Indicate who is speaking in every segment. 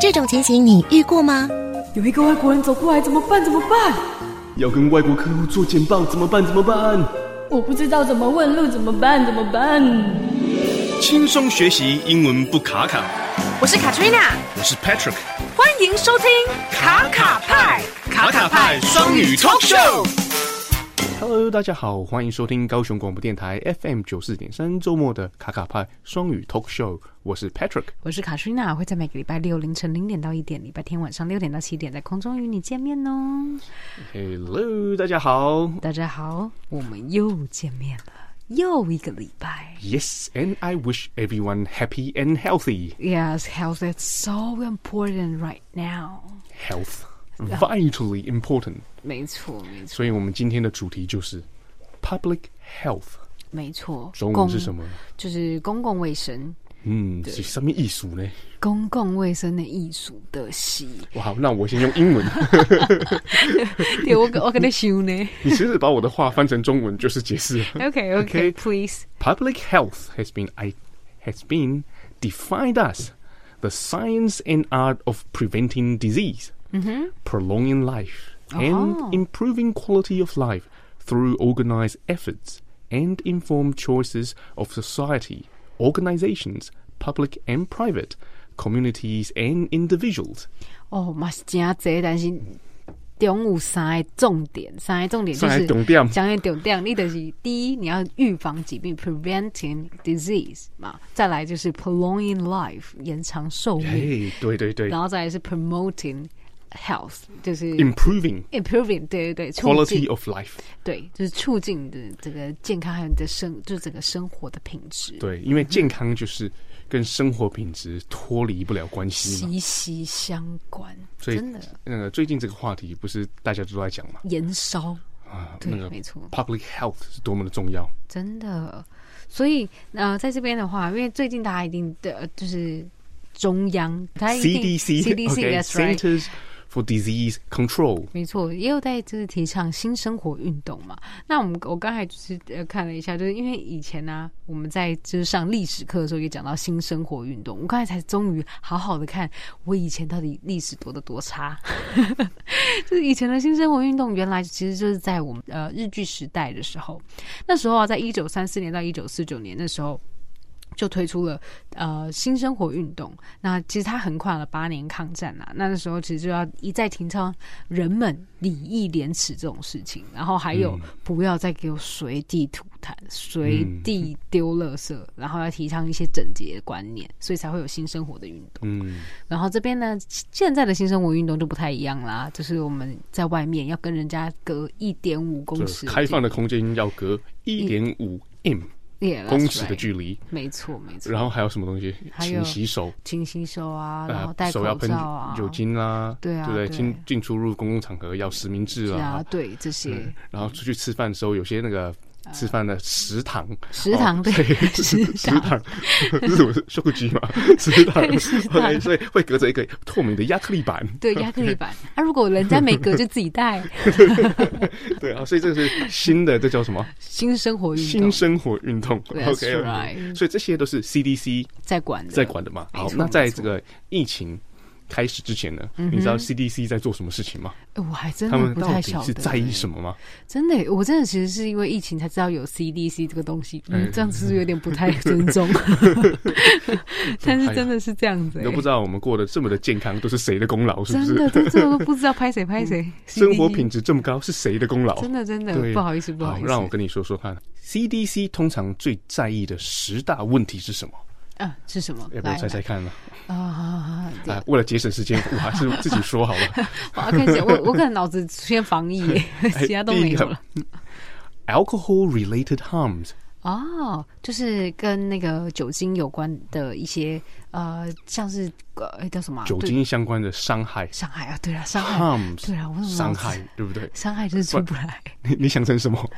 Speaker 1: 这种情形你遇过吗？
Speaker 2: 有一个外国人走过来，怎么办？怎么办？
Speaker 3: 要跟外国客户做简报怎么办？怎么办？
Speaker 2: 我不知道怎么问路，怎么办？怎么办？
Speaker 4: 轻松学习英文不卡卡。
Speaker 5: 我是 Katrina，
Speaker 4: 我是 Patrick，
Speaker 5: 欢迎收听卡卡派
Speaker 4: 卡卡派双语 talk show。Hello，大家好，欢迎收听高雄广播电台 FM 九四点三周末的卡卡派双语 talk show，我是 Patrick。
Speaker 6: 我是卡瑞娜，会在每个礼拜六凌晨零点到一点，礼拜天晚上六点到七点，在空中与你见面哦。
Speaker 4: Hello，大家好。
Speaker 6: 大家好，我们又见面了，又一个礼拜。
Speaker 4: Yes，and I wish everyone happy and healthy.
Speaker 6: Yes, health is so important right now。
Speaker 4: Health vitally important.
Speaker 6: 没错，没错，
Speaker 4: 所以我们今天的主题就是 public health，
Speaker 6: 没错。
Speaker 4: 中文是什么？
Speaker 6: 就是公共卫生，
Speaker 4: 嗯，是什么艺术呢？
Speaker 6: 公共卫生的艺术的 戏。
Speaker 4: 哇，那我先用英 文。
Speaker 6: 对，我我跟他修呢。
Speaker 4: 你其实把我的话翻成中文就是解释了。
Speaker 6: Okay,
Speaker 4: Okay.
Speaker 6: okay, please.
Speaker 4: Public health has been I, has been defined as the science and art of preventing disease, prolonging life,
Speaker 6: Oh.
Speaker 4: and improving quality of life through organized efforts and informed choices of society, organizations, public and private, communities and individuals.
Speaker 6: 哦，嘛是真侪，但是中有三个重点，三个重点就
Speaker 4: 三
Speaker 6: 是
Speaker 4: 个重点
Speaker 6: 讲个重点，你就是第一，你要预防疾病 （preventing disease） 嘛，再来就是 prolonging life 延长寿命，
Speaker 4: 对对对
Speaker 6: 然后再来是 promoting health，就是。
Speaker 4: ，improving
Speaker 6: Improving，对对对，促
Speaker 4: quality
Speaker 6: 进
Speaker 4: of life。
Speaker 6: 对，就是促进你的这个健康，还有你的生，就是整个生活的品质。
Speaker 4: 对，因为健康就是跟生活品质脱离不了关系嘛。
Speaker 6: 息息相关，
Speaker 4: 所以
Speaker 6: 真的
Speaker 4: 那个最近这个话题不是大家都在讲嘛？
Speaker 6: 延烧，
Speaker 4: 啊，
Speaker 6: 对
Speaker 4: 那个
Speaker 6: 没错
Speaker 4: public health 是多么的重要。
Speaker 6: 真的。所以呃，在这边的话，因为最近大家一定的、呃就是中央，啊它一定
Speaker 4: CDC
Speaker 6: CDC
Speaker 4: OK
Speaker 6: that's right。
Speaker 4: Centers for Disease Control
Speaker 6: 没错，也有在就是提倡新生活运动嘛。那我们我刚才就是呃看了一下，就是因为以前呢、我们在就是上历史课的时候也讲到新生活运动。我刚才才终于好好的看我以前到底历史读的多差， 就是以前的新生活运动，原来其实就是在我们呃日据时代的时候，那时候啊，在一九三四年到一九四九年的时候。就推出了呃新生活运动。那其实它横跨了八年抗战啊，那时候其实就要一再提倡人们礼义廉耻这种事情，然后还
Speaker 4: 嗯
Speaker 6: 有不要再给我随地吐痰、随地丢垃圾，然后要提倡一些整洁的观念，所以才会有新生活的运动。
Speaker 4: 嗯，
Speaker 6: 然后这边呢，现在的新生活运动就不太一样啦，就是我们在外面要跟人家隔一点五公
Speaker 4: 就
Speaker 6: 尺
Speaker 4: 是
Speaker 6: 的
Speaker 4: 开放
Speaker 6: 距
Speaker 4: 的空间要隔一点五 m
Speaker 6: 离 Yeah，that's
Speaker 4: 公尺的
Speaker 6: 嗯 right
Speaker 4: 距离，
Speaker 6: 没错没错。
Speaker 4: 然后还有什么东西？
Speaker 6: 还有
Speaker 4: 勤洗手
Speaker 6: 勤洗手啊，然后
Speaker 4: 啊，
Speaker 6: 戴口
Speaker 4: 手要喷
Speaker 6: 罩啊，
Speaker 4: 酒精啦，
Speaker 6: 对啊
Speaker 4: 不对？
Speaker 6: 对
Speaker 4: 进进出入公共场合要实名制
Speaker 6: 是
Speaker 4: 啊
Speaker 6: 啊，，对这些
Speaker 4: 然后出去吃饭的时候，有些那个吃饭的食堂，
Speaker 6: 食堂
Speaker 4: 哦
Speaker 6: 对食
Speaker 4: 食
Speaker 6: 堂
Speaker 4: 堂， 这是我是秀鸡 嘛，食堂
Speaker 6: 对食堂
Speaker 4: ，OK，所以会隔着一个透明的亚克力 板，
Speaker 6: 对亚克力板。啊，如果人家没隔就自己带。
Speaker 4: 对啊，所以这个是新的，这叫什么？
Speaker 6: 新生活运
Speaker 4: 新
Speaker 6: 动
Speaker 4: 生活运动
Speaker 6: That's
Speaker 4: ，OK，
Speaker 6: right
Speaker 4: 所以这些都是 CDC
Speaker 6: 在管的，
Speaker 4: 在管的嘛。
Speaker 6: 没
Speaker 4: 好，
Speaker 6: 错
Speaker 4: 那在
Speaker 6: 没错
Speaker 4: 这个疫情开始之前呢，你知道 CDC 在做什么事情吗？
Speaker 6: 哎我还真
Speaker 4: 他
Speaker 6: 的
Speaker 4: 们
Speaker 6: 不
Speaker 4: 到
Speaker 6: 太
Speaker 4: 底
Speaker 6: 晓得
Speaker 4: 是在意什
Speaker 6: 么？
Speaker 4: 么吗？
Speaker 6: 真的，我真的其实是因为疫情才知道有 CDC 这个东西，
Speaker 4: 哎
Speaker 6: 嗯，这样子是不是有点不太尊重，但是真的是这样子，
Speaker 4: 你都
Speaker 6: 哎
Speaker 4: 不知道我们过得这么的健康，都是谁的功劳？是不
Speaker 6: 真
Speaker 4: 是？
Speaker 6: 的，真的我都不知道拍谁拍谁，
Speaker 4: 生活品
Speaker 6: 质
Speaker 4: 质这么高是谁的功劳？
Speaker 6: 真的真的
Speaker 4: 对
Speaker 6: 不好意思不好意思，
Speaker 4: 让我跟你说说看，CDC 通常最在意的十大问题是什么？
Speaker 6: 啊是什么？
Speaker 4: 要不要
Speaker 6: 来
Speaker 4: 猜猜看呢？
Speaker 6: 啊啊啊！
Speaker 4: 啊，为了节省时 间，我还是自己说好了。
Speaker 6: 我要开始，我我可能脑子出现防疫耶，
Speaker 4: 哎
Speaker 6: 其他都没有了。
Speaker 4: Alcohol-related harms，
Speaker 6: 哦，就是跟那个酒精有关的一些呃，像是呃叫什么啊、
Speaker 4: 酒精相关的伤害
Speaker 6: 对伤害啊，对啊，伤害，
Speaker 4: ，harms，
Speaker 6: 对啊，我怎么
Speaker 4: 伤
Speaker 6: 脑子
Speaker 4: 害，对不对？
Speaker 6: 伤害就是出不来，
Speaker 4: 你你想成什 么？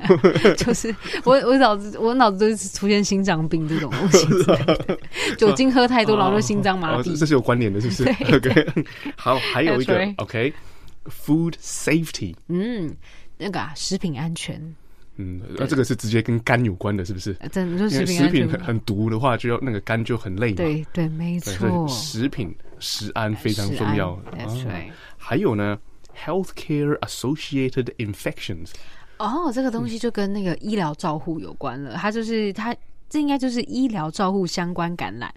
Speaker 6: 就是我我脑子我脑子都是出现心脏病这种东西之类 的，酒精喝太多，然后就心脏麻
Speaker 4: 哦，这
Speaker 6: 痹。
Speaker 4: 这是有关联的，是不是
Speaker 6: 对
Speaker 4: ？OK，好，还有一
Speaker 6: That's
Speaker 4: 个
Speaker 6: right
Speaker 4: OK，food safety，
Speaker 6: 嗯，那个、啊、食品安全
Speaker 4: 嗯，那、这个是直接跟肝有关的，是不是？
Speaker 6: 呃真的就
Speaker 4: 因
Speaker 6: 是
Speaker 4: 为
Speaker 6: 食
Speaker 4: 食
Speaker 6: 安
Speaker 4: 品
Speaker 6: 全
Speaker 4: 很很毒的话，就要那个肝就很累嘛。
Speaker 6: 对对，没
Speaker 4: 对，所
Speaker 6: 错
Speaker 4: 以，食品食安非常
Speaker 6: 食
Speaker 4: 重要。啊
Speaker 6: 安，that's right
Speaker 4: 还有呢，healthcare associated infections，
Speaker 6: 哦，这个东西就跟那个医疗照护有关了，它就是它这应该就是医疗照护相关感染，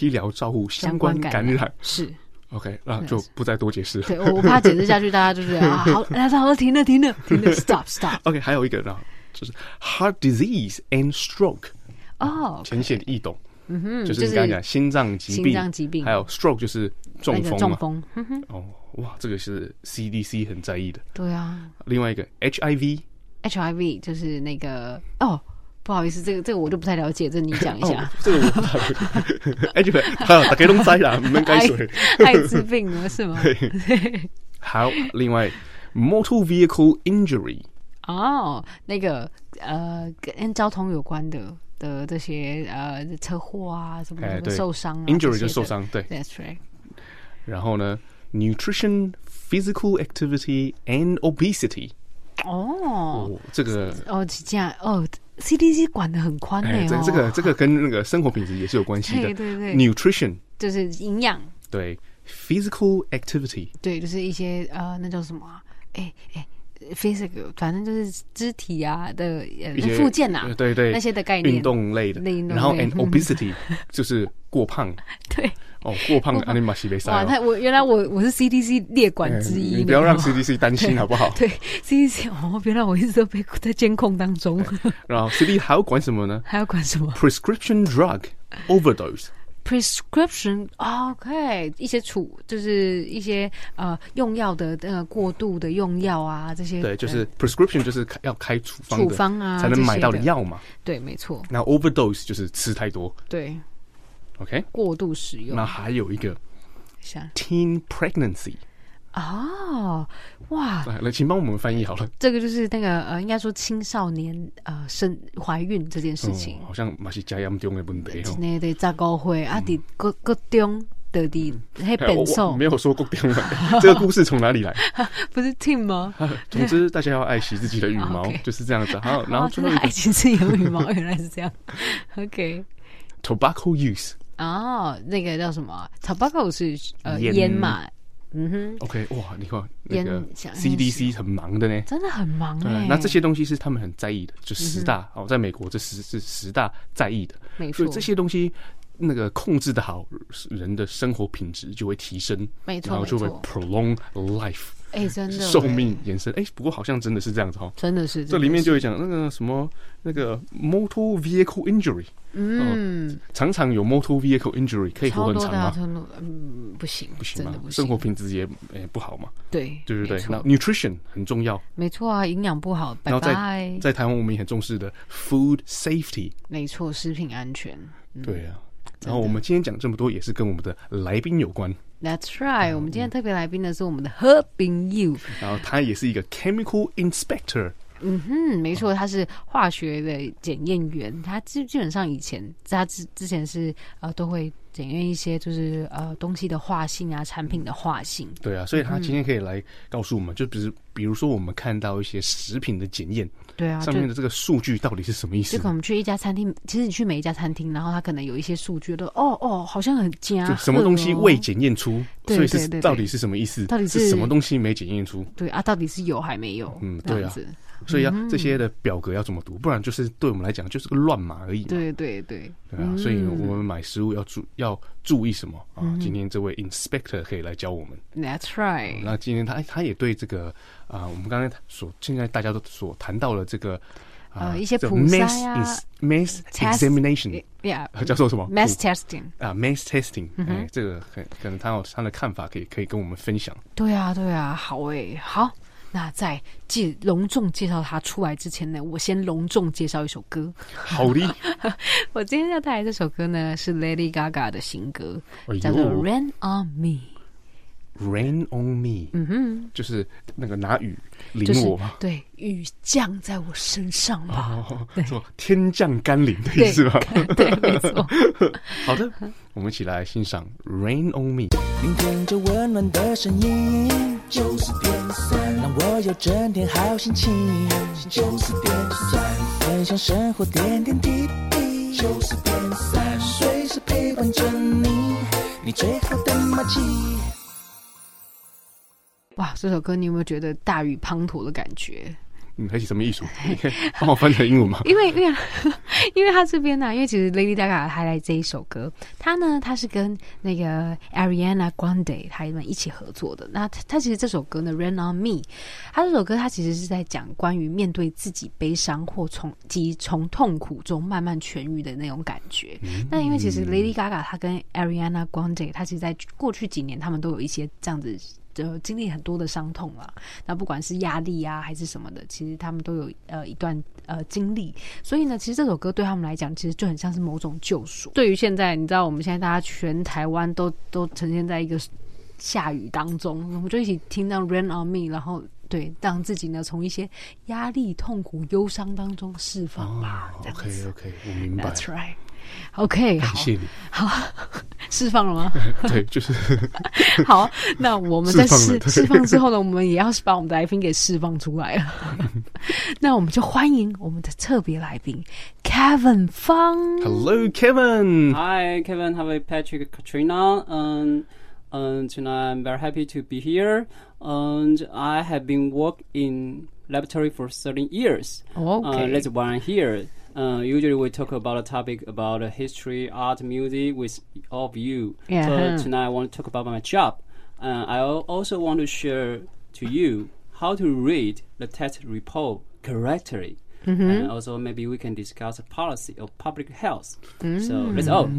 Speaker 4: 医疗照护相关
Speaker 6: 感
Speaker 4: 感染。
Speaker 6: 是。
Speaker 4: OK，那就不再多解释了。
Speaker 6: 对，我我怕解释下去，大家就是 啊，好，那好了，停了，停了，停了，stop stop。
Speaker 4: OK，还有一个呢，就是 heart disease and stroke，
Speaker 6: 哦，
Speaker 4: 浅显易懂。嗯哼，就是
Speaker 6: 就
Speaker 4: 你刚刚
Speaker 6: 是
Speaker 4: 讲心脏疾病，
Speaker 6: 心脏疾病
Speaker 4: 还有 stroke 就是中
Speaker 6: 那
Speaker 4: 风嘛。
Speaker 6: 个中风，哼哼，
Speaker 4: 哦，哇，这个是 CDC 很在意的。
Speaker 6: 对啊
Speaker 4: 另外一个 HIV，
Speaker 6: ，HIV 就是那个哦，不好意思，这个这个我就不太了解，这你讲一
Speaker 4: 哦
Speaker 6: 下。，
Speaker 4: 这个我不太会。HIV，还有大家都知啦，啊唔应该
Speaker 6: 艾
Speaker 4: 水。
Speaker 6: 艾滋病呢哎是吗？
Speaker 4: 好，另外 motor vehicle injury，
Speaker 6: 哦，那个呃，跟交通有关的的这些呃车祸啊，什么
Speaker 4: 哎
Speaker 6: 什么
Speaker 4: 对
Speaker 6: 受伤啊
Speaker 4: ，injury 就
Speaker 6: 这些的
Speaker 4: 受伤，对。
Speaker 6: That's right。
Speaker 4: 然后呢，nutrition。Physical activity and obesity，
Speaker 6: 哦
Speaker 4: 哦，这个，
Speaker 6: 哦，这样哦，CDC 管的很宽
Speaker 4: 哎，
Speaker 6: 呢
Speaker 4: 这
Speaker 6: 哦，
Speaker 4: 这个这个跟那个生活品质也是有关系的。
Speaker 6: 对对对
Speaker 4: Nutrition，
Speaker 6: 就是营养，
Speaker 4: 对，physical activity，
Speaker 6: 对，就是一些呃，那叫什么、啊？哎哎，physical，反正就是肢体啊的呃
Speaker 4: 一些
Speaker 6: 附件啊
Speaker 4: 呃，对对，
Speaker 6: 那些的概念，
Speaker 4: 运动类的
Speaker 6: 那运，动
Speaker 4: 然后
Speaker 6: 类
Speaker 4: and
Speaker 6: 嗯
Speaker 4: obesity 就是过胖，
Speaker 6: 对。
Speaker 4: 哦，过胖的阿尼玛西贝塞
Speaker 6: 哇，
Speaker 4: 哦
Speaker 6: 那，我原来我我是 CDC 列管之一呢，
Speaker 4: 哎你不要让
Speaker 6: 哦
Speaker 4: CDC 担心好不好？
Speaker 6: 对 CDC 哦，原来我一直都被在监控当中，
Speaker 4: 然后 CDC 还要管什么呢
Speaker 6: 还要管什么
Speaker 4: ？Prescription drug overdose，
Speaker 6: prescription？o k 一些处就是一些呃用药的呃过度的用药啊，这些
Speaker 4: 对，就
Speaker 6: 呃
Speaker 4: 是 prescription 就是开要开处方的，
Speaker 6: 处方啊
Speaker 4: 才能买到的
Speaker 6: 这些的
Speaker 4: 药嘛。
Speaker 6: 对，没错，
Speaker 4: 那 overdose 就是吃太多
Speaker 6: 对
Speaker 4: ，OK？
Speaker 6: 过度使用
Speaker 4: 那。还有一个
Speaker 6: 想
Speaker 4: teen pregnancy，哎
Speaker 6: 哦，哇，
Speaker 4: 来，来请帮我们翻译好了。
Speaker 6: 这个就是那个呃，应该说青少年呃生怀孕这件事情
Speaker 4: 哦，好像嘛是加严重的问题哦
Speaker 6: 之。类的十高会啊，伫各各中的伫黑
Speaker 4: 哎我
Speaker 6: 本
Speaker 4: 我
Speaker 6: 寿
Speaker 4: 没有说过电话， 这个故事从哪里 来？
Speaker 6: 不是 team 吗？
Speaker 4: 总之，大家要爱惜自己的羽毛
Speaker 6: OK
Speaker 4: 就是这样子。好，然后
Speaker 6: 哦
Speaker 4: 最
Speaker 6: 真
Speaker 4: 后
Speaker 6: 的
Speaker 4: 一个
Speaker 6: 爱情是有 羽毛，原来是这样。OK，
Speaker 4: tobacco use。
Speaker 6: 哦，那个叫什么啊？tobacco 是呃
Speaker 4: 烟
Speaker 6: 烟嘛，嗯哼，
Speaker 4: OK，哇，你看那个
Speaker 6: 烟想
Speaker 4: CDC 很忙的呢。
Speaker 6: 真的很忙
Speaker 4: 对啊
Speaker 6: 哎。，
Speaker 4: 那这些东西是他们很在意的，就十大、哦，在美国这十是十大在意的，
Speaker 6: 嗯没错
Speaker 4: 所以这些东西那个控制的好，人的生活品质就会提升，
Speaker 6: 没错
Speaker 4: 然后就会
Speaker 6: 没错
Speaker 4: prolong life
Speaker 6: 哎真的
Speaker 4: 寿命延伸。哎、不过好像真的是这样子哦。
Speaker 6: 真的是
Speaker 4: 这里面
Speaker 6: 真的
Speaker 4: 就有讲那个什么那个 motor vehicle injury，嗯、常常有 motor vehicle injury 可以
Speaker 6: 是
Speaker 4: 活
Speaker 6: 超
Speaker 4: 很
Speaker 6: 多
Speaker 4: 长
Speaker 6: 的啊，
Speaker 4: 吗？
Speaker 6: 真的嗯不行，
Speaker 4: 不行
Speaker 6: 真
Speaker 4: 嘛
Speaker 6: 的不，行
Speaker 4: 生活，品质也也不好嘛，
Speaker 6: 对
Speaker 4: 对不对
Speaker 6: 没？错
Speaker 4: 那 nutrition 很重要，
Speaker 6: 没错啊，营养不好，
Speaker 4: 然
Speaker 6: 拜
Speaker 4: 后在
Speaker 6: 拜。
Speaker 4: 在台湾我们也很重视的 food safety，
Speaker 6: 没错，食品安全。
Speaker 4: 对啊。然后我们今天讲这么多，也是跟我们的来宾有关。
Speaker 6: That's
Speaker 4: 嗯
Speaker 6: right，、我们今天特别来宾呢是我们的何冰佑。
Speaker 4: 然后他也是一个 chemical inspector，
Speaker 6: 嗯哼，没错，他是化学的检验员，他基基本上以前他之之前是呃都会检验一些就是呃东西的化性啊，产品的化性。
Speaker 4: 对啊，所以他今天可以来告诉我们，就比如比如说我们看到一些食品的检验
Speaker 6: 对啊，就
Speaker 4: 上面的这个数据到底是什么意思
Speaker 6: 就可？能去一家餐厅，其实你去每一家餐厅，然后他可能有一些数据都哦哦，好像很加、
Speaker 4: 就什么东西
Speaker 6: 哦
Speaker 4: 未检验出，
Speaker 6: 对
Speaker 4: 所以
Speaker 6: 对
Speaker 4: 是
Speaker 6: 对对
Speaker 4: 到底是什么意思？
Speaker 6: 到底
Speaker 4: 是
Speaker 6: 是
Speaker 4: 什么东西没检验出？
Speaker 6: 对啊，到底是有还没有？
Speaker 4: 嗯
Speaker 6: 这
Speaker 4: 对
Speaker 6: 样
Speaker 4: 啊
Speaker 6: 子，
Speaker 4: 所以要
Speaker 6: 嗯
Speaker 4: 这些的表格要怎么读？不然就是对我们来讲就是个乱码而已嘛。
Speaker 6: 对对对，
Speaker 4: 对啊，所以
Speaker 6: 嗯
Speaker 4: 我们买食物要注要注意什么啊？今天这位 inspector 可以来教我们。
Speaker 6: That's right，
Speaker 4: 那今天他他也对这个啊、我们刚才所现在大家都所谈到了这个啊、
Speaker 6: 呃一些
Speaker 4: 这
Speaker 6: 普
Speaker 4: mass
Speaker 6: 筛啊
Speaker 4: ins- mass
Speaker 6: Test-
Speaker 4: examination 啊 叫做什么
Speaker 6: ，Yeah，mass
Speaker 4: 普
Speaker 6: testing。
Speaker 4: 啊 mass testing，哎、
Speaker 6: 嗯
Speaker 4: 这个可可能他有他的看法，可以可以跟我们分享。
Speaker 6: 对啊，对啊，好诶、好。那在介隆重介绍他出来之前呢，我先隆重介绍一首歌。
Speaker 4: 好的，
Speaker 6: 我今天要带来这首歌呢，是 Lady Gaga 的新歌
Speaker 4: 哎呦，
Speaker 6: 叫做《Rain on Me》，
Speaker 4: Rain on me，嗯哼，就是那个拿雨
Speaker 6: 就
Speaker 4: 淋
Speaker 6: 是
Speaker 4: 我嘛，
Speaker 6: 对雨降在我身上吧。
Speaker 4: 哦，说天降甘霖的意思吧？
Speaker 6: 对， 没错。
Speaker 4: 好的，我们一起来欣赏《Rain on Me》。
Speaker 7: 聆听着温暖的声音，九十点三，让我有整天好心情。九十点三，分享生活点点滴滴。九十点三，随时陪伴着你，你最好的默契。
Speaker 6: 哇，这首歌你有没有觉得大雨滂沱的感觉？
Speaker 4: 嗯，还写什么艺术？ 你可以帮我翻成英文 吗？
Speaker 6: 因为因为因为他这边呢、因为其实 Lady Gaga 还来这一首歌，他呢他是跟那个 Ariana Grande 他们一起合作的。那他其实这首歌呢《Rain on Me》，他这首歌他其实是在讲关于面对自己悲伤或从及从痛苦中慢慢痊愈的那种感觉。那因为其实 Lady Gaga 她跟 Ariana Grande 她其实在过去几年他们都有一些这样子。呃，经历很多的伤痛啊啦，那不管是压力啊还是什么的，其实他们都有呃一段呃经历，所以呢，其实这首歌对他们来讲，其实就很像是某种救赎。对于现在，你知道我们现在大家全台湾都都呈现在一个下雨当中，我们就一起听到《Rain on Me》，然后对，让自己呢从一些压力、痛苦、忧伤当中释放吧。这样
Speaker 4: 哦 OK
Speaker 6: 子
Speaker 4: OK，我明白。
Speaker 6: That's right. OK，
Speaker 4: 感
Speaker 6: 好，
Speaker 4: 谢你。
Speaker 6: 好，释放了吗？
Speaker 4: 对，就是
Speaker 6: 好，那我们在
Speaker 4: 释
Speaker 6: 释
Speaker 4: 放了对
Speaker 6: 释放之后呢，我们也要把我们的来宾给释放出来 了。那我们就欢迎我们的特别来宾 Kevin 方。
Speaker 4: Hello Kevin。
Speaker 8: Hi, Kevin, Harvey, Patrick, Katrina, and and tonight I'm very happy to be here. And I have been work in laboratory for 13 years. Uh,
Speaker 6: OK，
Speaker 8: that's why I'm here. Uh, usually we talk about a topic about uh, history, art, music with all of you.
Speaker 6: Yeah.
Speaker 8: But tonight I want to talk about my job. Uh, I al- also want to share to you how to read the test report correctly. And also maybe we can discuss the policy of public health. So that's all.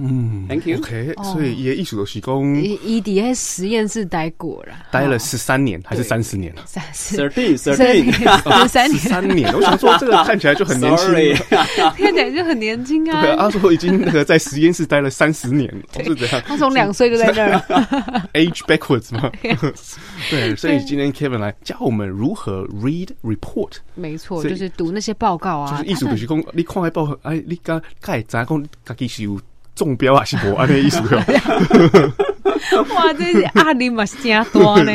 Speaker 8: Thank you.
Speaker 4: OK，所
Speaker 6: 哦
Speaker 4: 以也艺术的施工
Speaker 6: 伊伊迪在 E 实验室待过了，
Speaker 4: 待了十三年还是三十年了？啊
Speaker 6: 三四
Speaker 8: Thirteen,
Speaker 6: 三
Speaker 8: thirteen.
Speaker 4: 十
Speaker 6: 三年，
Speaker 4: 三年，哦我想 说这个看起来就很年轻。
Speaker 8: Sorry.
Speaker 6: 看起来就很年 轻
Speaker 4: 对啊，
Speaker 6: 啊。
Speaker 4: 他说已经那个在实验室待了三十 年，哦是怎样
Speaker 6: 他从两岁就在那儿了。
Speaker 4: age backwards 吗？ 对，所以今天 Kevin 来教我们如何 read report，
Speaker 6: 没错，
Speaker 4: 所以
Speaker 6: 就是读那些报告
Speaker 4: 就
Speaker 6: 啊，
Speaker 4: 是意思就是讲，你看海报，哎，你敢该咋讲，自己是有中标还是无安尼意思 哦。
Speaker 6: 哇，这是压力嘛是真多呢。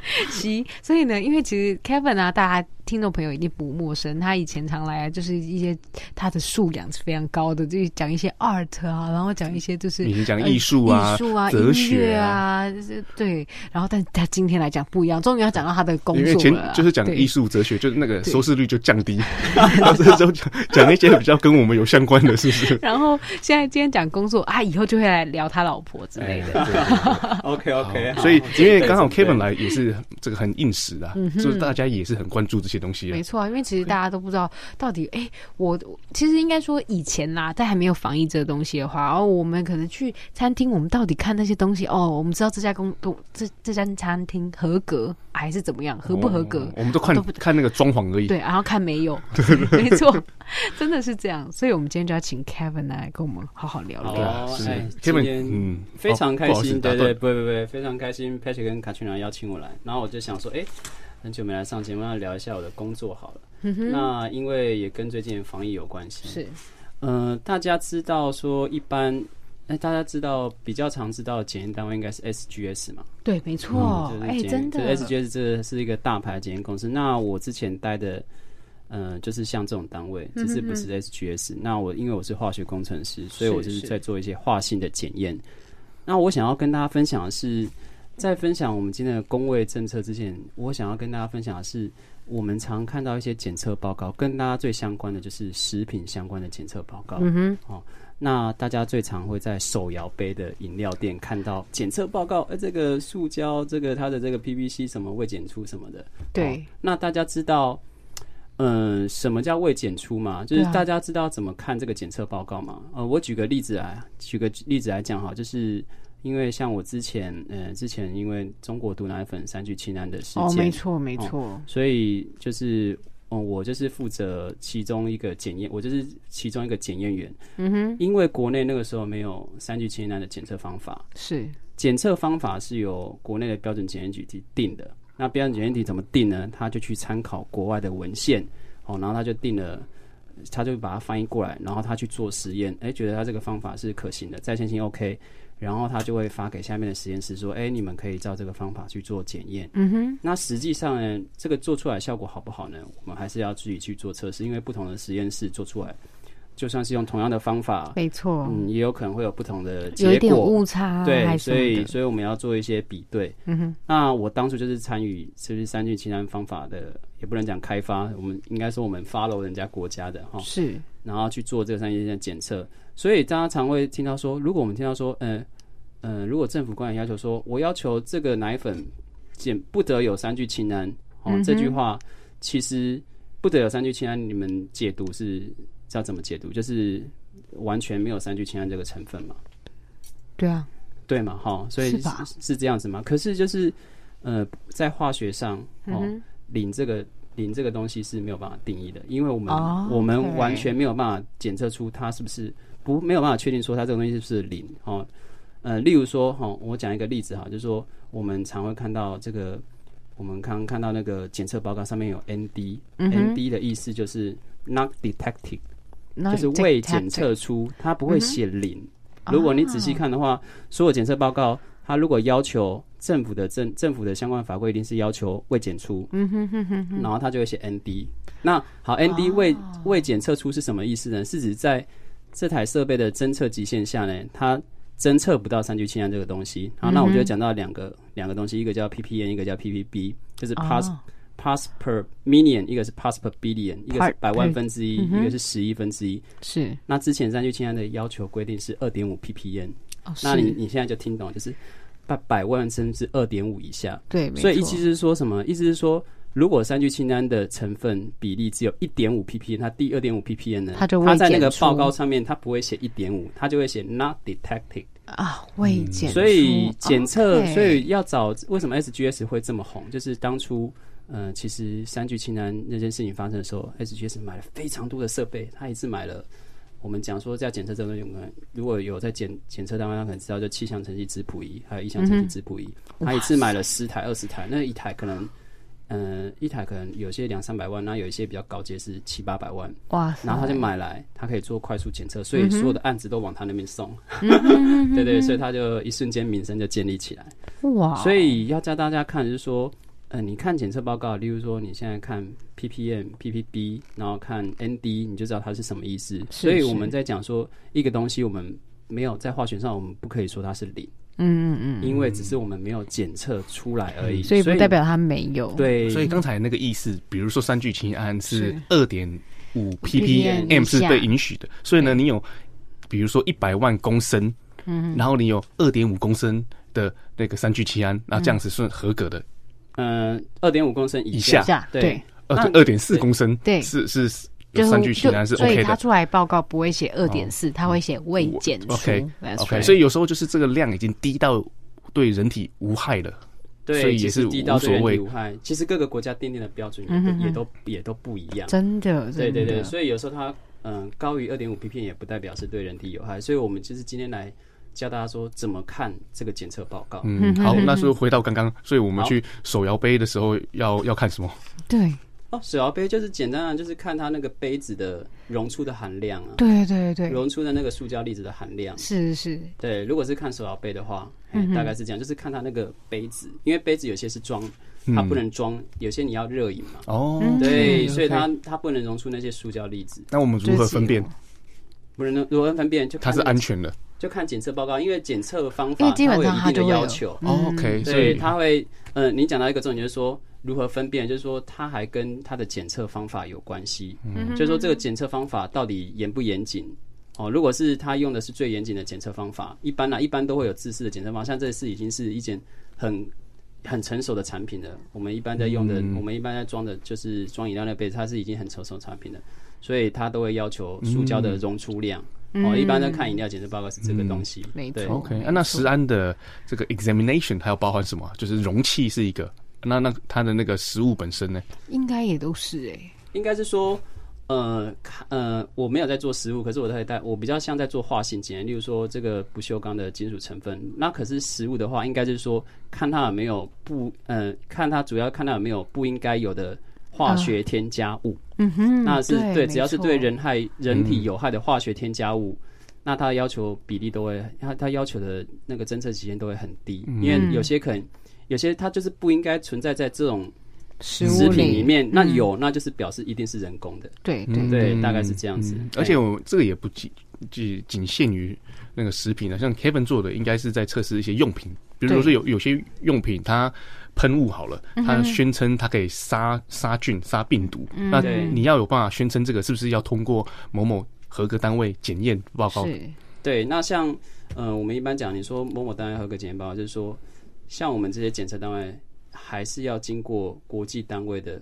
Speaker 6: 是，所以呢，因为其实 Kevin 啊，大家听众朋友一定不陌生，他以前常来啊，就是一些他的素养是非常高的，就是讲一些 art 啊，然后讲一些就是
Speaker 4: 已经讲
Speaker 6: 呃
Speaker 4: 艺术啊
Speaker 6: 艺术啊、
Speaker 4: 哲
Speaker 6: 音乐
Speaker 4: 学
Speaker 6: 啊，就是对。然后，但他今天来讲不一样，终于要讲到他的工
Speaker 4: 因为
Speaker 6: 作
Speaker 4: 前
Speaker 6: 了啊，
Speaker 4: 就是讲
Speaker 6: 对
Speaker 4: 艺。术哲学，就是那个收视率就降 低， 然后这时候讲讲一些比较跟我们有相关的，是不是？
Speaker 6: 然后现在今天讲工作啊，以后就会来聊他老婆之类的。
Speaker 8: OK, OK.
Speaker 4: 哎哦所以因为刚好
Speaker 8: 准备
Speaker 4: Kevin 来也是这个很应时的啊，就是大家也是很关注这些东西啊
Speaker 6: 嗯没。错啊，因为其实大家都不知道到底，哎、我我其实应该说以前啦，在还没有防疫这个东西的话，哦，我们可能去餐厅，我们到底看那些东西，哦，我们知道这家公公这这家餐厅合格还是怎么样，合不合格
Speaker 4: 哦，我们都看
Speaker 6: 都不
Speaker 4: 看那个装潢而已。
Speaker 6: 对，然后看没 有，没错，真的是这样，所以我们今天就要请 Kevin 来跟我们好好聊聊。
Speaker 8: 哦，
Speaker 4: 啊是
Speaker 8: 哎，今
Speaker 4: Kevin，
Speaker 8: 天
Speaker 4: 嗯
Speaker 8: 非常开心，
Speaker 4: 哦不好意思打
Speaker 8: 对
Speaker 4: 断
Speaker 8: 对，不不不，非常开心，Patrick 跟卡 a t 邀请我来，然后我就想说，哎、很久没来上节目，那聊一下我的工作好了。那因为也跟最近防疫有关系，
Speaker 6: 是，
Speaker 8: 嗯、大家知道说一般，哎、大家知道比较常知道的检验单位应该是 SGS 嘛，
Speaker 6: 对，没错，
Speaker 8: 嗯就是
Speaker 6: 哎、
Speaker 8: 检验
Speaker 6: 真的
Speaker 8: 这 SGS 这是一个大牌检验公司。那我之前待的，呃，就是像这种单位，只是不是 SGS、那我因为我是化学工程师，所以我就是
Speaker 6: 嗯是
Speaker 8: 在做一些化性的检验。那我想要跟大家分享的是，在分享我们今天的工位政策之前，我想要跟大家分享的是，我们常看到一些检测报告，跟大家最相关的就是食品相关的检测报告。
Speaker 6: 嗯
Speaker 8: 那大家最常会在手摇杯的饮料店看到检测报告，哎、这个塑胶，这个它的这个 PVC 什么未检出什么的。
Speaker 6: 哼，对
Speaker 8: 哦，那大家知道，嗯、什么叫未检出吗？就是
Speaker 6: 对啊
Speaker 8: 大家知道怎么看这个检测报告吗？呃，我举个例子来，举个例子来讲哈，就是因为像我之前，呃，之前因为中国毒奶粉三聚氰胺的事件，
Speaker 6: 哦，没错，没
Speaker 8: 哦
Speaker 6: 错，
Speaker 8: 所以就是，嗯，我就是负责其中一个检验，我就是其中一个检验员。嗯哼，因为国内那个时候没有三聚氰胺的检测方法，
Speaker 6: 是，
Speaker 8: 检测方法是由国内的标准检验局去定的。那标准检验局怎么定呢？他就去参考国外的文献，哦，然后他就定了，他就把它翻译过来，然后他去做实验，哎，觉得他这个方法是可行的，在线性 OK，然后他就会发给下面的实验室说：“哎，你们可以照这个方法去做检验。”嗯哼。那实际上呢，这个做出来效果好不好呢？我们还是要自己去做测试，因为不同的实验室做出来，就算是用同样的方法，
Speaker 6: 没错，
Speaker 8: 嗯，也有可能会有不同的结
Speaker 6: 有
Speaker 8: 果。
Speaker 6: 一点误差，
Speaker 8: 对，
Speaker 6: 啊还是
Speaker 8: 所
Speaker 6: 什么
Speaker 8: 以
Speaker 6: 的
Speaker 8: 所以我们要做一些比对。嗯哼，那我当初就是参与就是三聚氰胺方法的，也不能讲开发，我们应该说我们 follow 人家国家的哈，
Speaker 6: 是
Speaker 8: 然后去做这个三聚氰胺检测。所以大家常会听到说，如果我们听到说，嗯、嗯、如果政府官员要求说，我要求这个奶粉检不得有三聚氰胺，
Speaker 6: 嗯
Speaker 8: 哦，这句话其实不得有三聚氰胺，你们解读是要怎么解读？就是完全没有三聚氰胺这个成分嘛？
Speaker 6: 对啊，
Speaker 8: 对嘛？哈，所以
Speaker 6: 是吧
Speaker 8: 是这样子嘛？可是就是呃，在化学上，
Speaker 6: 嗯
Speaker 8: 哦，磷这个磷这个东西是没有办法定义的，因为我们、
Speaker 6: 哦
Speaker 8: 我们
Speaker 6: OK
Speaker 8: 完全没有办法检测出它是不是不没有办法确定说它这个东西是不是磷哦。呃，例如说哈、哦，我讲一个例子哈，就是说我们常会看到这个，我们刚看到那个检测报告上面有 ND，ND、ND 的意思就是 not detected，
Speaker 6: 那
Speaker 8: 就是未检测出，它不会写零。如果你仔细看的话，所有检测报告，它如果要求政府的政政府的相关法规一定是要求未检出，嗯哼哼哼，然后它就会写 ND。那好，ND 未、未检测出是什么意思呢？是指在这台设备的侦测极限下呢，它侦测不到三聚氰胺这个东西。好，那我就讲到两个两个东西，一个叫 ppn，一个叫 ppb，就是 pass、parts per million，一个是 parts per billion，一个是
Speaker 6: Part
Speaker 8: 百万分之一，一个是十亿分之一。
Speaker 6: 是
Speaker 8: 那之前三聚氰胺的要求规定是二点五 ppm，
Speaker 6: 哦，
Speaker 8: 那你
Speaker 6: 是
Speaker 8: 你现在就听懂，就是百百万甚至二点五以下。
Speaker 6: 对，没
Speaker 8: 所以意
Speaker 6: 错
Speaker 8: 思是说什么？意思是说，如果三聚氰胺的成分比例只有一点五 ppm，它第二点五 ppm 呢，
Speaker 6: 它就未
Speaker 8: 它在那个
Speaker 6: 检出
Speaker 8: 报告上面它不会写一点五，它就会写 not detected。
Speaker 6: 啊，未
Speaker 4: 嗯
Speaker 6: 检出，哦
Speaker 8: 所以检测，
Speaker 6: OK
Speaker 8: 所以要找为什么 SGS 会这么红，就是当初。呃，其实三聚氰胺那件事情发生的时候，SGS 买了非常多的设备，他一次买了。我们讲说在检测这个东西，我们如果有在检检测单位，他可能知道，就气象成绩质谱仪，还有意向成绩质谱仪，
Speaker 6: 嗯
Speaker 8: 他一次买了十台、二十台，那一台可能，呃，一台可能有些两三百万，那有一些比较高阶是七八百万，
Speaker 6: 哇塞，
Speaker 8: 然后他就买来，他可以做快速检测，所以所有的案子都往他那边送。对对，所以他就一瞬间名声就建立起来。
Speaker 6: 哇，
Speaker 8: 所以要教大家看，就是说，呃，你看检测报告，例如说你现在看 ppm、ppb，然后看 nd，你就知道它是什么意思。所以我们在讲说一个东西，我们没有在化学上，我们不可以说它是零，嗯嗯嗯，因为只是我们没有检测出来而已，
Speaker 6: 所以不代表他没有，，
Speaker 8: 对，
Speaker 4: 所以刚才那个意思，比如说三聚氰胺是
Speaker 6: 是
Speaker 4: 二点五 ppm
Speaker 6: 以
Speaker 4: 是
Speaker 6: 下
Speaker 4: 被允许的，所以呢，你有比如说一百万公升，嗯，然后你有二点五公升的那个三聚氰胺，那这样子是合格的。
Speaker 8: 嗯，二点五公升
Speaker 4: 以
Speaker 8: 以
Speaker 4: 下
Speaker 6: 下
Speaker 8: 对
Speaker 6: 对
Speaker 4: 二
Speaker 8: 那
Speaker 4: 二点四公升，
Speaker 6: 对
Speaker 4: 是是
Speaker 6: 就
Speaker 4: 有
Speaker 6: 是
Speaker 4: 三聚氰胺是
Speaker 6: 就所
Speaker 4: OK
Speaker 6: 以他
Speaker 4: 的。哦
Speaker 6: 出来报告不会写二点四，他会写未检出
Speaker 4: OK
Speaker 6: that's
Speaker 4: OK，
Speaker 6: right
Speaker 4: 所以有时候就是这个量已经低到对人体无害了。
Speaker 8: 对，
Speaker 4: 所以也
Speaker 8: 其实
Speaker 4: 是
Speaker 8: 低
Speaker 4: 无
Speaker 8: 到
Speaker 4: 所
Speaker 8: 对人
Speaker 4: 谓
Speaker 8: 体无害。其实各个国家奠定的标准也都、也都也都不一
Speaker 6: 嗯
Speaker 8: 样。
Speaker 6: 真的，
Speaker 8: 对对
Speaker 6: 真的
Speaker 8: 对，所以有时候它嗯、高于二点五 ppm 也不代表是对人体有害。所以我们就是今天来教大家说怎么看这个检测报告。
Speaker 4: 嗯，好，那时候回到刚刚，所以我们去手摇杯的时候要要看什么？
Speaker 6: 对
Speaker 8: 哦，水摇杯就是简单的，啊就是看它那个杯子的溶出的含量啊，
Speaker 6: 对对对对，
Speaker 8: 溶出的那个塑胶粒子的含量。
Speaker 6: 是嗯是
Speaker 8: 对，如果是看手摇杯的话，嘿大概是这样，就是看它那个杯子，因为杯子有些是装，它
Speaker 4: 嗯
Speaker 8: 不能装，有些你要热饮嘛。
Speaker 4: 哦，
Speaker 6: 嗯
Speaker 8: 对，所以
Speaker 4: OK
Speaker 8: 它它不能溶出那些塑胶粒子，
Speaker 4: 那我们如何分辨
Speaker 8: 不能如何分辨就
Speaker 4: 它
Speaker 8: 看
Speaker 4: 是
Speaker 8: 那个
Speaker 4: 安全的
Speaker 8: 就看检测报告，因为检测方
Speaker 6: 因
Speaker 8: 法
Speaker 6: 为基本上
Speaker 8: 它
Speaker 6: 它
Speaker 8: 会有一定
Speaker 6: 就会
Speaker 8: 的
Speaker 6: 有
Speaker 8: 要求，
Speaker 4: 哦？OK，所
Speaker 8: 嗯对，
Speaker 4: 以
Speaker 8: 它会，嗯，你讲到一个重点，就是说如何分辨，就是说它还跟它的检测方法有关系，
Speaker 4: 嗯
Speaker 6: 嗯
Speaker 8: 就是说这个检测方法到底严不严谨。哦，如果是他用的是最严谨的检测方法，一般啊呢，一般都会有自私的检测方法，像这次已经是一件很很成熟的产品了。我们一般在用的，
Speaker 4: 嗯
Speaker 8: 我们一般在装的就是装饮料那杯子，它是已经很成熟的产品了，所以它都会要求塑胶
Speaker 4: 嗯
Speaker 8: 的溶出量。哦，一般在看饮料检测报告是这个东西，
Speaker 6: 嗯没
Speaker 8: 对
Speaker 6: 错
Speaker 4: OK，、啊、那食安的这个 examination 还有包含什么？啊就是容器是一个，那那它的那个食物本身呢？
Speaker 6: 应该也都是哎，
Speaker 8: 应该是说，呃，看呃，我没有在做食物，可是我在带，我比较像在做化性检验，例如说这个不锈钢的金属成分。那可是食物的话，应该就是说看它有没有不，呃，看它主要看它有没有不应该有的化学添加物。
Speaker 6: 嗯嗯哼，
Speaker 8: 那是
Speaker 6: 对，
Speaker 8: 只要是
Speaker 6: 没错
Speaker 8: 对人害、人体有害的化学添加物。那它要求比例都会，它它要求的那个侦测期间都会很低，因为
Speaker 6: 嗯
Speaker 8: 有些可能有些它就是不应该存在在这种
Speaker 6: 食
Speaker 8: 食
Speaker 6: 物嗯
Speaker 8: 品里面，那有那就是表示一定是人工的，
Speaker 6: 对对
Speaker 8: 对，大概是这样子。
Speaker 4: 嗯
Speaker 8: 哎
Speaker 4: 而且我这个也不仅仅仅限于那个食品了，啊像 Kevin 做的应该是在测试一些用品，比如说
Speaker 6: 对
Speaker 4: 有有些用品它喷雾好了，
Speaker 8: 嗯
Speaker 4: 它宣称它可以杀杀菌、杀病毒，那
Speaker 8: 嗯对
Speaker 4: 你要有办法宣称这个是不是要通过某某合格单位检验报告？
Speaker 6: 是
Speaker 8: 对，那像呃，我们一般讲，你说某某单位合格检验报告，就是说，像我们这些检测单位，还是要经过国际单位的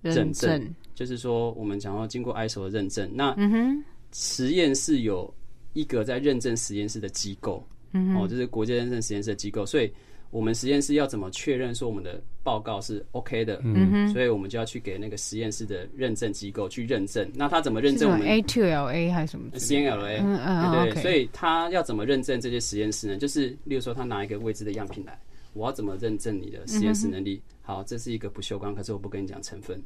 Speaker 6: 认
Speaker 8: 认
Speaker 6: 证
Speaker 8: 证，就是说，我们想要经过 ISO 的认证。那
Speaker 6: 嗯
Speaker 8: 实验室有一个在认证实验室的机构，
Speaker 6: 嗯
Speaker 8: 哦，就是国际认证实验室的机构，所以我们实验室要怎么确认说我们的报告是 OK 的？嗯，所以我们就要去给那个实验室的认证机构去认证。那他怎么认
Speaker 6: 是什
Speaker 8: 证我
Speaker 6: 么
Speaker 8: 们
Speaker 6: A two L A 还是什么之
Speaker 8: C
Speaker 6: 类的？
Speaker 8: N L A，
Speaker 6: 嗯嗯
Speaker 8: 对对
Speaker 6: ，OK
Speaker 8: 所以他要怎么认证这些实验室呢？就是例如说，他拿一个未知的样品来，我要怎么认证你的实验室能
Speaker 6: 嗯
Speaker 8: 力？好，这是一个不锈钢，可是我不跟你讲成分，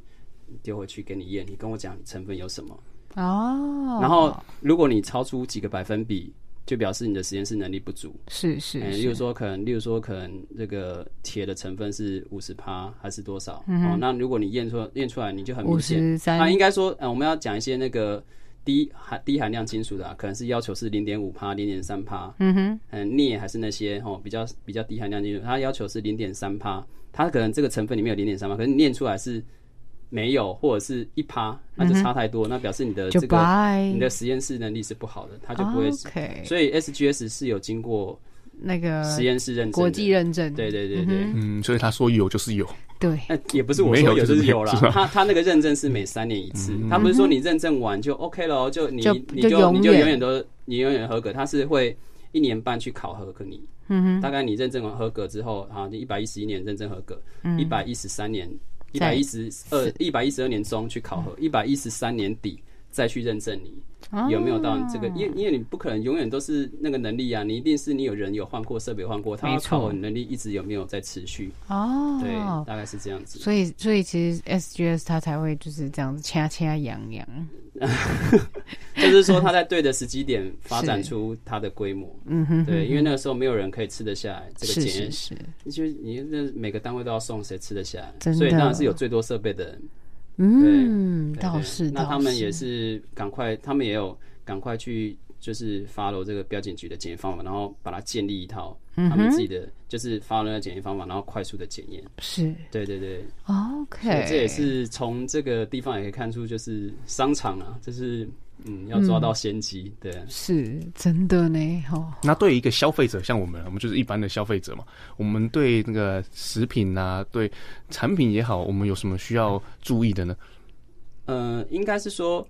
Speaker 8: 你丢回去给你验，你跟我讲你成分有什么。
Speaker 6: 哦，
Speaker 8: 然后如果你超出几个百分比，就表示你的实验室能力不足。
Speaker 6: 是是
Speaker 8: 嗯，例
Speaker 6: 是
Speaker 8: 如说可能，例如说可能这个铁的成分是五十趴还是多少？
Speaker 6: 嗯
Speaker 8: 哦，那如果你验出验出来，你就很明显。
Speaker 6: 53
Speaker 8: 那应该说，呃，我们要讲一些那个低含低含量金属的、啊，可能是要求是零点五帕、零点三帕。嗯哼，嗯，镍还是那些哦比较比较低含量金属，它要求是零点三帕，它可能这个成分里面有零点三帕，可是你验出来是。没有，或者是一趴，那就差太多，那表示你的
Speaker 6: 嗯就
Speaker 8: 这个
Speaker 6: 拜
Speaker 8: 你的实验室能力是不好的，它就不会。
Speaker 6: OK，
Speaker 8: 所以 SGS 是有经过呃
Speaker 6: 那个
Speaker 8: 实验室认证的，
Speaker 6: 国际认证，
Speaker 8: 对对对对，
Speaker 4: 嗯，所以他说有就是有，
Speaker 6: 对
Speaker 8: 那、也不是我
Speaker 4: 没有
Speaker 8: 说有
Speaker 4: 就是
Speaker 8: 就是
Speaker 4: 没有
Speaker 8: 有啦
Speaker 4: 是吧，嗯
Speaker 8: 他他那个认证是每三年一次，他不是说你认证完就 OK 了哦，就你
Speaker 6: 就
Speaker 8: 你
Speaker 6: 就
Speaker 8: 就
Speaker 6: 永
Speaker 8: 你就
Speaker 6: 远
Speaker 8: 永远都你永远合格，他是会一年半去考合格你，嗯大概你认证完合格之后啊，你一百一十一年认证合格，
Speaker 6: 嗯
Speaker 8: 一百一十三年。一百
Speaker 6: 再
Speaker 8: 一十二、一百一十二年中去考核，一百一十三年底再去认证你、
Speaker 6: 啊
Speaker 8: 有没有到你这个，因为因为你不可能永远都是那个能力啊，你一定是你有人有换过设备换过，他
Speaker 6: 没
Speaker 8: 要
Speaker 6: 错
Speaker 8: 考核你能力一直有没有在持续。对，
Speaker 6: 哦，
Speaker 8: 大概是这样子。
Speaker 6: 所以所以其实 SGS 它才会就是这样子掐掐痒痒，
Speaker 8: 就是说，他在对的时机点发展
Speaker 6: 是
Speaker 8: 出它的规模。嗯哼对，因为那个时候没有人可以吃得下来这个
Speaker 6: 是
Speaker 8: 检
Speaker 6: 是
Speaker 8: 验，
Speaker 6: 是，
Speaker 8: 就是你那每个单位都要送，谁吃得下
Speaker 6: 真的
Speaker 8: 来？所以当然是有最多设备的人。
Speaker 6: 嗯，
Speaker 8: 对
Speaker 6: 倒
Speaker 8: 对
Speaker 6: 是
Speaker 8: 那
Speaker 6: 倒
Speaker 8: 他们也是赶快，他们也有赶快去就是 follow 这个标检局的检验方法，然后把它建立一套
Speaker 6: 嗯
Speaker 8: 他们自己的，就是 follow 那个检验方法，然后快速的检验。
Speaker 6: 是
Speaker 8: 对对对，所以
Speaker 6: OK，
Speaker 8: 这也是从这个地方也可以看出，就是商场啊，就是嗯，要抓到先机，对啊。
Speaker 6: 是真的呢，哦，
Speaker 4: 那对于一个消费者，像我们，我们就是一般的消费者嘛，我们对那个食品啊，对产品也好，我们有什么需要注意的呢？
Speaker 8: 呃，应该是说，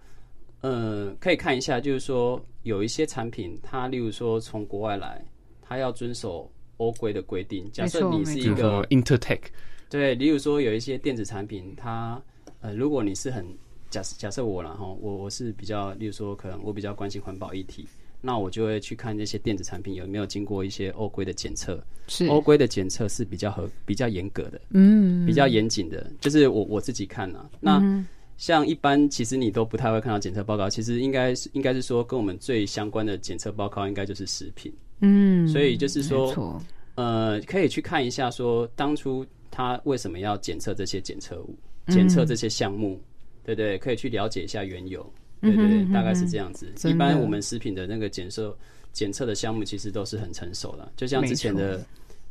Speaker 8: 呃，可以看一下，就是说有一些产品，它例如说从国外来，它要遵守欧规的规定。假
Speaker 6: 没
Speaker 8: 设
Speaker 6: 错
Speaker 8: 你是
Speaker 4: 比
Speaker 8: 一
Speaker 4: 如说
Speaker 8: 个
Speaker 4: Intertech，
Speaker 8: 对，例如说有一些电子产品，它呃，如果你是很假设假设我啦，哈，我我是比较，例如说可能我比较关心环保议题，那我就会去看这些电子产品有没有经过一些欧规的检测。
Speaker 6: 是
Speaker 8: 欧规的检测是比较合、比较严格的，嗯，比较严谨的，就是我我自己看啊。
Speaker 6: 嗯
Speaker 8: 那像一般其实你都不太会看到检测报告，其实应该是应该是说跟我们最相关的检测报告应该就是食品，
Speaker 6: 嗯，
Speaker 8: 所以就是
Speaker 6: 没
Speaker 8: 说，
Speaker 6: 错，
Speaker 8: 呃，可以去看一下说当初他为什么要检测这些检测物、
Speaker 6: 嗯
Speaker 8: 检测这些项目，对对，可以去了解一下缘由，
Speaker 6: 嗯
Speaker 8: 对对对，大概是这样子。
Speaker 6: 真
Speaker 8: 一般
Speaker 6: 的
Speaker 8: 我们食品的那个检测检测的项目其实都是很成熟的，就像
Speaker 6: 没
Speaker 8: 之前
Speaker 6: 错
Speaker 8: 的。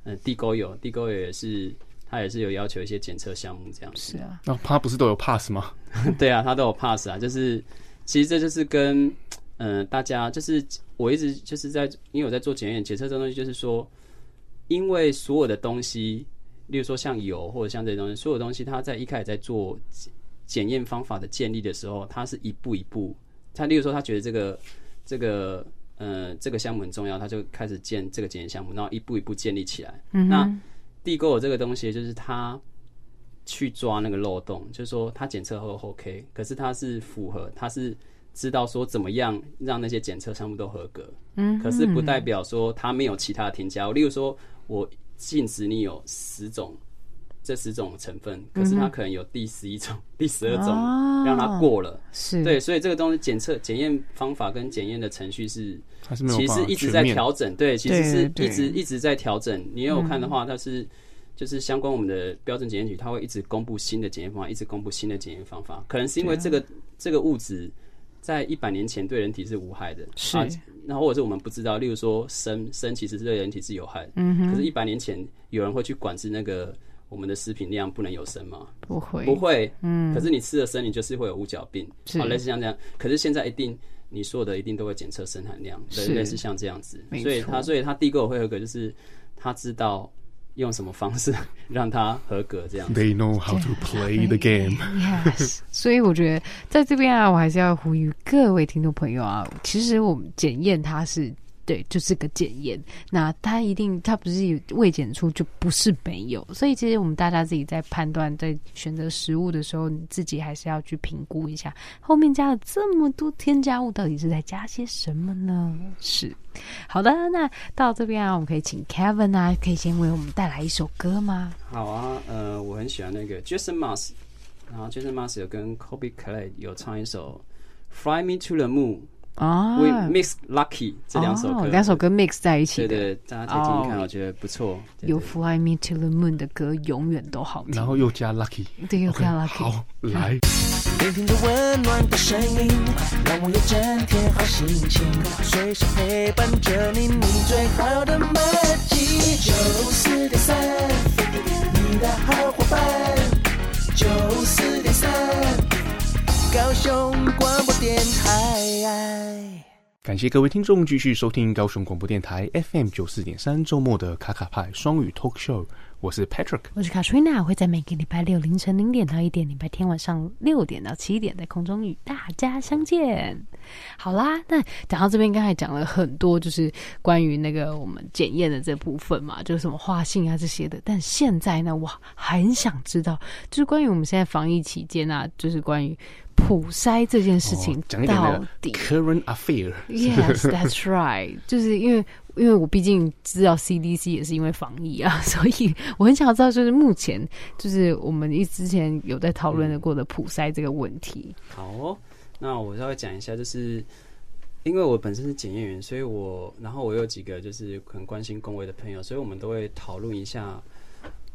Speaker 8: 嗯，地沟油，地沟油也是，它也是有要求一些检测项目这样子。
Speaker 6: 是啊，
Speaker 4: 那它不是都有 pass 吗？
Speaker 8: 对啊，它都有 pass 啊，就是其实这就是跟嗯、呃大家就是我一直就是在因为我在做检验检测这东西，就是说，因为所有的东西，例如说像油或者像这些东西，所有东西它在一开始在做检验方法的建立的时候，它是一步一步，它例如说他觉得这个这个。呃，这个项目很重要，他就开始建这个检验项目，然后一步一步建立起来。那地沟油这个东西，就是它去抓那个漏洞，就是说它检测后 OK，可是它是符合，它是知道说怎么样让那些检测项目都合格，嗯，可是不代表说它没有其他的添加物，例如说我禁止你有十种这十种成分，可是它可能有第十一种、 第十二种让它过了。
Speaker 6: 是
Speaker 8: 啊对，所以这个东西检测检验方法跟检验的程序是，
Speaker 4: 还是没有
Speaker 8: 其
Speaker 4: 办
Speaker 8: 实
Speaker 4: 法
Speaker 8: 一直
Speaker 4: 全
Speaker 8: 在
Speaker 4: 面
Speaker 8: 调整。对，其实是
Speaker 1: 对
Speaker 8: 一直
Speaker 1: 对
Speaker 8: 一直在调整。你有看的话，它是就是相关我们的标准检验局，它会一直公布新的检验方法，一直公布新的检验方法。可能是因为这个这个物质在一百年前对人体是无害的，
Speaker 6: 是
Speaker 8: 啊那或者是我们不知道，例如说砷，砷其实是对人体是有害的。嗯可是，一百年前有人会去管制那个我们的食品量不能有砷吗？
Speaker 6: 不会
Speaker 8: 不会，嗯，可是你吃了砷，你就是会有五角病，
Speaker 6: 是
Speaker 8: 好类似像这样。可是现在一定，你所有的一定都会检测砷含量，类
Speaker 6: 是
Speaker 8: 类似像这样子
Speaker 6: 没，
Speaker 8: 所以
Speaker 6: 错
Speaker 8: 他所以他第一个会合格，就是他知道用什么方式让他合格这样子。
Speaker 4: They know how to play the game。
Speaker 6: Yes，所以我觉得在这边啊，我还是要呼吁各位听众朋友啊，其实我们检验它是。对，就是个检验。那它一定，它不是有未检出就不是没有。所以其实我们大家自己在判断、在选择食物的时候，你自己还是要去评估一下，后面加了这么多添加物，到底是在加些什么呢？是，好的。那到这边啊，我们可以请 Kevin 啊，可以先为我们带来一首歌吗？
Speaker 8: 好啊，呃，我很喜欢那个 Jason Mars，然后 Jason Mars 有跟 Kobe Clay 有唱一首《Fly Me to the Moon
Speaker 6: 啊》
Speaker 8: ，We Mix Lucky 这两首歌，
Speaker 6: 哦两首歌 mix 在一起
Speaker 8: 对，
Speaker 6: 的。
Speaker 8: 对对，大家可以听听看，
Speaker 6: 哦
Speaker 8: 我觉得不错。对
Speaker 6: 有《
Speaker 8: 对
Speaker 6: Fly Me to the Moon》的歌永远都好听。
Speaker 4: 然后又加 lucky，
Speaker 6: 对，又
Speaker 4: OK，
Speaker 6: 加 lucky。
Speaker 4: 好，来，
Speaker 7: 聆听着温暖的声音，让我有整天好心情，随时陪伴着你，你最好的默契。九四点三，你的好伙伴。九四点三，高雄广播电台。
Speaker 4: 感谢各位听众继续收听高雄广播电台 FM 九四点三周末的卡卡派双语 talk show，我是 Patrick。
Speaker 6: 我是卡翠娜，会在每个礼拜六凌晨零点到一点，礼拜天晚上六点到七点在空中与大家相见。好啦，那讲到这边，刚才讲了很多，就是关于那个我们检验的这部分嘛，就是什么化性啊这些的。但现在呢，我很想知道，就是关于我们现在防疫期间啊，就是关于普筛这件事情
Speaker 4: 哦讲一点那
Speaker 6: 到
Speaker 4: 个
Speaker 6: 底
Speaker 4: current affair，
Speaker 6: Yes, that's right 。就是因为因为我毕竟知道 CDC 也是因为防疫啊， 所以我很想知道，就是目前就是我们一之前有在讨论的过的普筛这个问题。
Speaker 8: 好哦，那我稍微讲一下，就是因为我本身是检验员，所以我然后我有几个就是很关心工位的朋友，所以我们都会讨论一下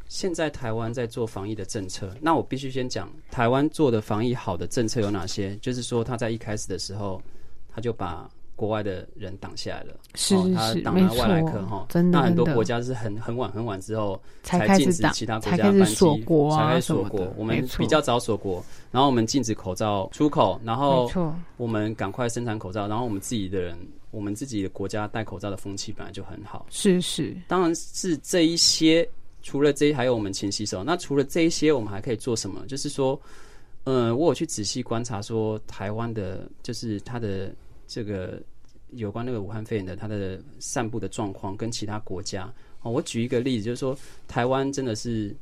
Speaker 8: 现在台湾在做防疫的政策。那我必须先讲台湾做的防疫好的政策有哪些，就是说他在一开始的时候他就把。国外的人挡下来了，
Speaker 6: 是
Speaker 8: 哦他
Speaker 6: 是
Speaker 8: 挡
Speaker 6: 没
Speaker 8: 了外来
Speaker 6: 错
Speaker 8: 客哈。
Speaker 6: 真的
Speaker 8: 那很多
Speaker 6: 真的
Speaker 8: 国家是很很晚很晚之后
Speaker 6: 才
Speaker 8: 才
Speaker 6: 开始
Speaker 8: 禁止
Speaker 6: 挡
Speaker 8: 其他国
Speaker 6: 才
Speaker 8: 家
Speaker 6: 开始
Speaker 8: 班机
Speaker 6: 锁国啊
Speaker 8: 才开始
Speaker 6: 什
Speaker 8: 锁
Speaker 6: 么
Speaker 8: 国
Speaker 6: 的。
Speaker 8: 我
Speaker 6: 没
Speaker 8: 们
Speaker 6: 错
Speaker 8: 比较早锁国，然后我们禁止口罩出口，然后
Speaker 6: 没错
Speaker 8: 我们赶快生产口罩，然后我们自己的人，我们自己的国家戴口罩的风气本来就很好。
Speaker 6: 是是，
Speaker 8: 当然是这一些，除了这一还有我们勤洗手。那除了这一些，我们还可以做什么？就是说，嗯，我有去仔细观察说台湾的，就是它的这个有关那个武汉肺炎的它的散布的状况跟其他国家。哦，我举一个例子，就是说台湾真的是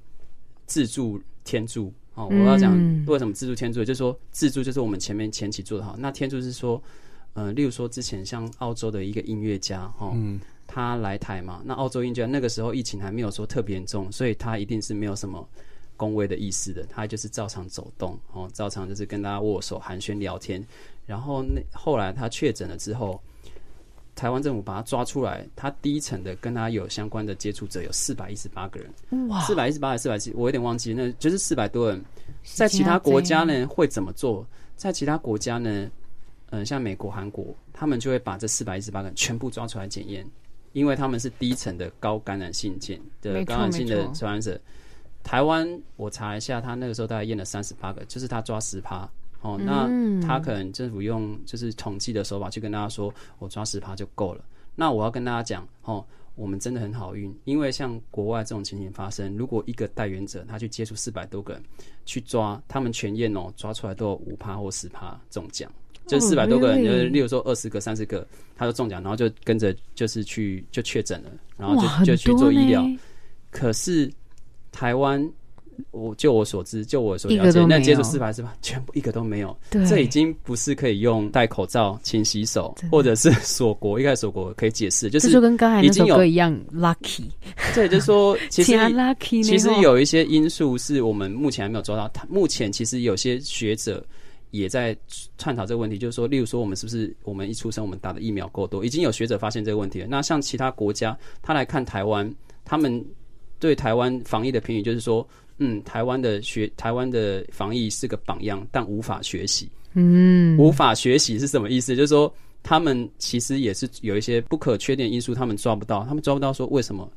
Speaker 8: 自助天助。哦，我要讲
Speaker 6: 嗯
Speaker 8: 为什么自助天助，就是说自助就是我们前面前期做的好，那天助是说，呃，例如说之前像澳洲的一个音乐家，哦，他来台嘛，那澳洲音乐家那个时候疫情还没有说特别严重，所以他一定是没有什么恭维的意思的，他就是照常走动，哦，照常就是跟大家握手、寒暄、聊天。然后那后来他确诊了之后，台湾政府把他抓出来，他第一层的跟他有相关的接触者有四百一十八个人，
Speaker 6: 哇，
Speaker 8: 四百一十八还是四百七，我有点忘记，那就是四百多人。在其他国家呢会怎么做？在其他国家呢，嗯，像美国、韩国，他们就会把这四百一十八个人全部抓出来检验，因为他们是低层的高感染性检的
Speaker 6: 没错
Speaker 8: 高感染性
Speaker 6: 没
Speaker 8: 的
Speaker 6: 错
Speaker 8: 传染者。台湾我查一下，他那个时候大概验了三十八个，就是他抓十趴。哦，那
Speaker 6: 嗯
Speaker 8: 他可能政府用就是统计的手法去跟大家说，我抓十趴就够了。那我要跟大家讲，哦，我们真的很好运，因为像国外这种情形发生，如果一个带源者他去接触四百多个人去抓，他们全验哦，抓出来都有五趴或十趴中奖，就
Speaker 6: 哦
Speaker 8: 四百多个人，
Speaker 6: really？
Speaker 8: 就是例如说二十个、三十个，他就中奖，然后就跟着就是去就确诊了，然后
Speaker 6: 哇，很
Speaker 8: 就就去
Speaker 6: 多
Speaker 8: 做医疗。
Speaker 6: 呢
Speaker 8: 可是台湾我就我所知，就我所
Speaker 6: 一个
Speaker 8: 了解
Speaker 6: 都，没
Speaker 8: 那
Speaker 6: 有
Speaker 8: 接触四百是吧？全部一个都没有。
Speaker 6: 对
Speaker 8: 这已经不是可以用戴口罩、勤洗手
Speaker 6: 真的
Speaker 8: 或者是锁国，一开始锁国可以解释，就
Speaker 6: 这
Speaker 8: 是
Speaker 6: 就跟刚才
Speaker 8: 已
Speaker 6: 那首
Speaker 8: 经
Speaker 6: 歌
Speaker 8: 有
Speaker 6: 一样，lucky，
Speaker 8: 对，就是说 其实
Speaker 6: 真 lucky 呢
Speaker 8: 其实
Speaker 6: 吼
Speaker 8: 有一些因素是我们目前还没有抓到。它目前其实有些学者也在探讨这个问题，就是说，例如说我们是不是我们一出生我们打的疫苗够多？已经有学者发现这个问题了。那像其他国家，他来看台湾，他们对台湾防疫的评语就是说，嗯，台湾的学台湾的防疫是个榜样，但无法学习。
Speaker 6: 嗯，
Speaker 8: 无法学习是什么意思？就是说他们其实也是有一些不可确定因素，他们抓不到，他们抓不到说为什么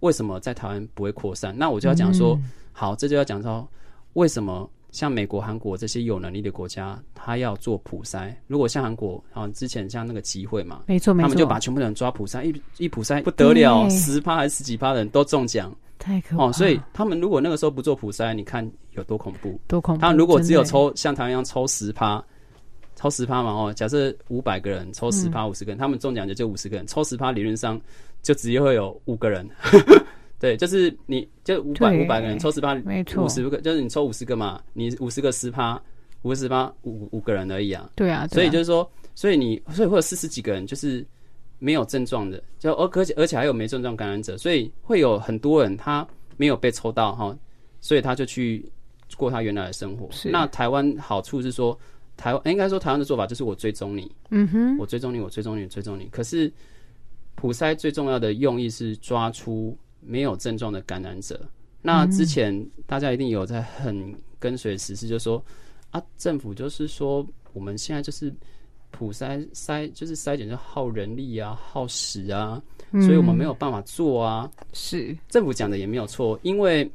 Speaker 8: 为什么在台湾不会扩散。那我就要讲说，
Speaker 6: 嗯
Speaker 8: 好，这就要讲到为什么。像美国、韩国这些有能力的国家，他要做普筛。如果像韩国，啊，之前像那个集会嘛，
Speaker 6: 没错没错，
Speaker 8: 他们就把全部的人抓普筛，一一普筛不得了，
Speaker 6: 对
Speaker 8: 十趴还是十几趴的人都中奖
Speaker 6: 太可怕
Speaker 8: 哦。所以他们如果那个时候不做普筛，你看有多恐怖。
Speaker 6: 多恐怖。
Speaker 8: 他如果
Speaker 6: 真
Speaker 8: 只有
Speaker 6: 的欸
Speaker 8: 抽像台湾一样抽十趴，抽十趴嘛哦，假设五百个人抽
Speaker 6: 嗯
Speaker 8: 十趴五十个人，他们中奖的就五十个人，抽十趴理论上就只会有五个人。 对，就是你就五百
Speaker 6: 对
Speaker 8: 五百个人抽十趴，
Speaker 6: 没错
Speaker 8: 五十个就是你抽五十个嘛，你五十个十趴，五十趴五五个人而已啊。
Speaker 6: 对啊，对
Speaker 8: 所以
Speaker 6: 啊
Speaker 8: 就是说，所以你所以会有四十几个人就是没有症状的，就而而且而且还有没症状感染者，所以会有很多人他没有被抽到哈，所以他就去过他原来的生活。
Speaker 6: 是
Speaker 8: 那台湾好处是说，台湾应该说台湾的做法就是我追踪你，
Speaker 6: 嗯哼，
Speaker 8: 我追踪你，我追踪你，我追踪你。可是普筛最重要的用意是抓出没有症状的感染者。那
Speaker 6: 嗯
Speaker 8: 之前大家一定有在很跟随时事，就说啊，政府就是说我们现在就是普筛筛就是筛检就耗人力啊，耗时啊，所以
Speaker 6: 嗯
Speaker 8: 我们没有办法做啊。
Speaker 6: 是
Speaker 8: 政府讲的也没有错，因为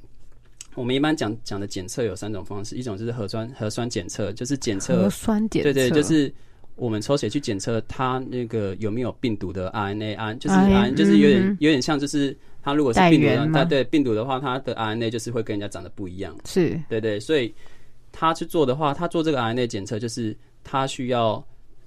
Speaker 8: 我们一般讲讲的检测有三种方式，一种就是核酸核酸检测，就是检测
Speaker 6: 核酸检测，
Speaker 8: 对对，就是我们抽血去检测它那个有没有病毒的 RNA，安就是
Speaker 6: RNA
Speaker 8: RNA 就是有点、
Speaker 6: 嗯
Speaker 8: 有点像就是它如果是
Speaker 6: 带
Speaker 8: 病毒
Speaker 6: 源
Speaker 8: 的，
Speaker 6: 吗
Speaker 8: 它对病毒的话，它的 RNA 就是会跟人家长得不一样，
Speaker 6: 是
Speaker 8: 对对，所以他去做的话，他做这个 RNA 检测，就是他需要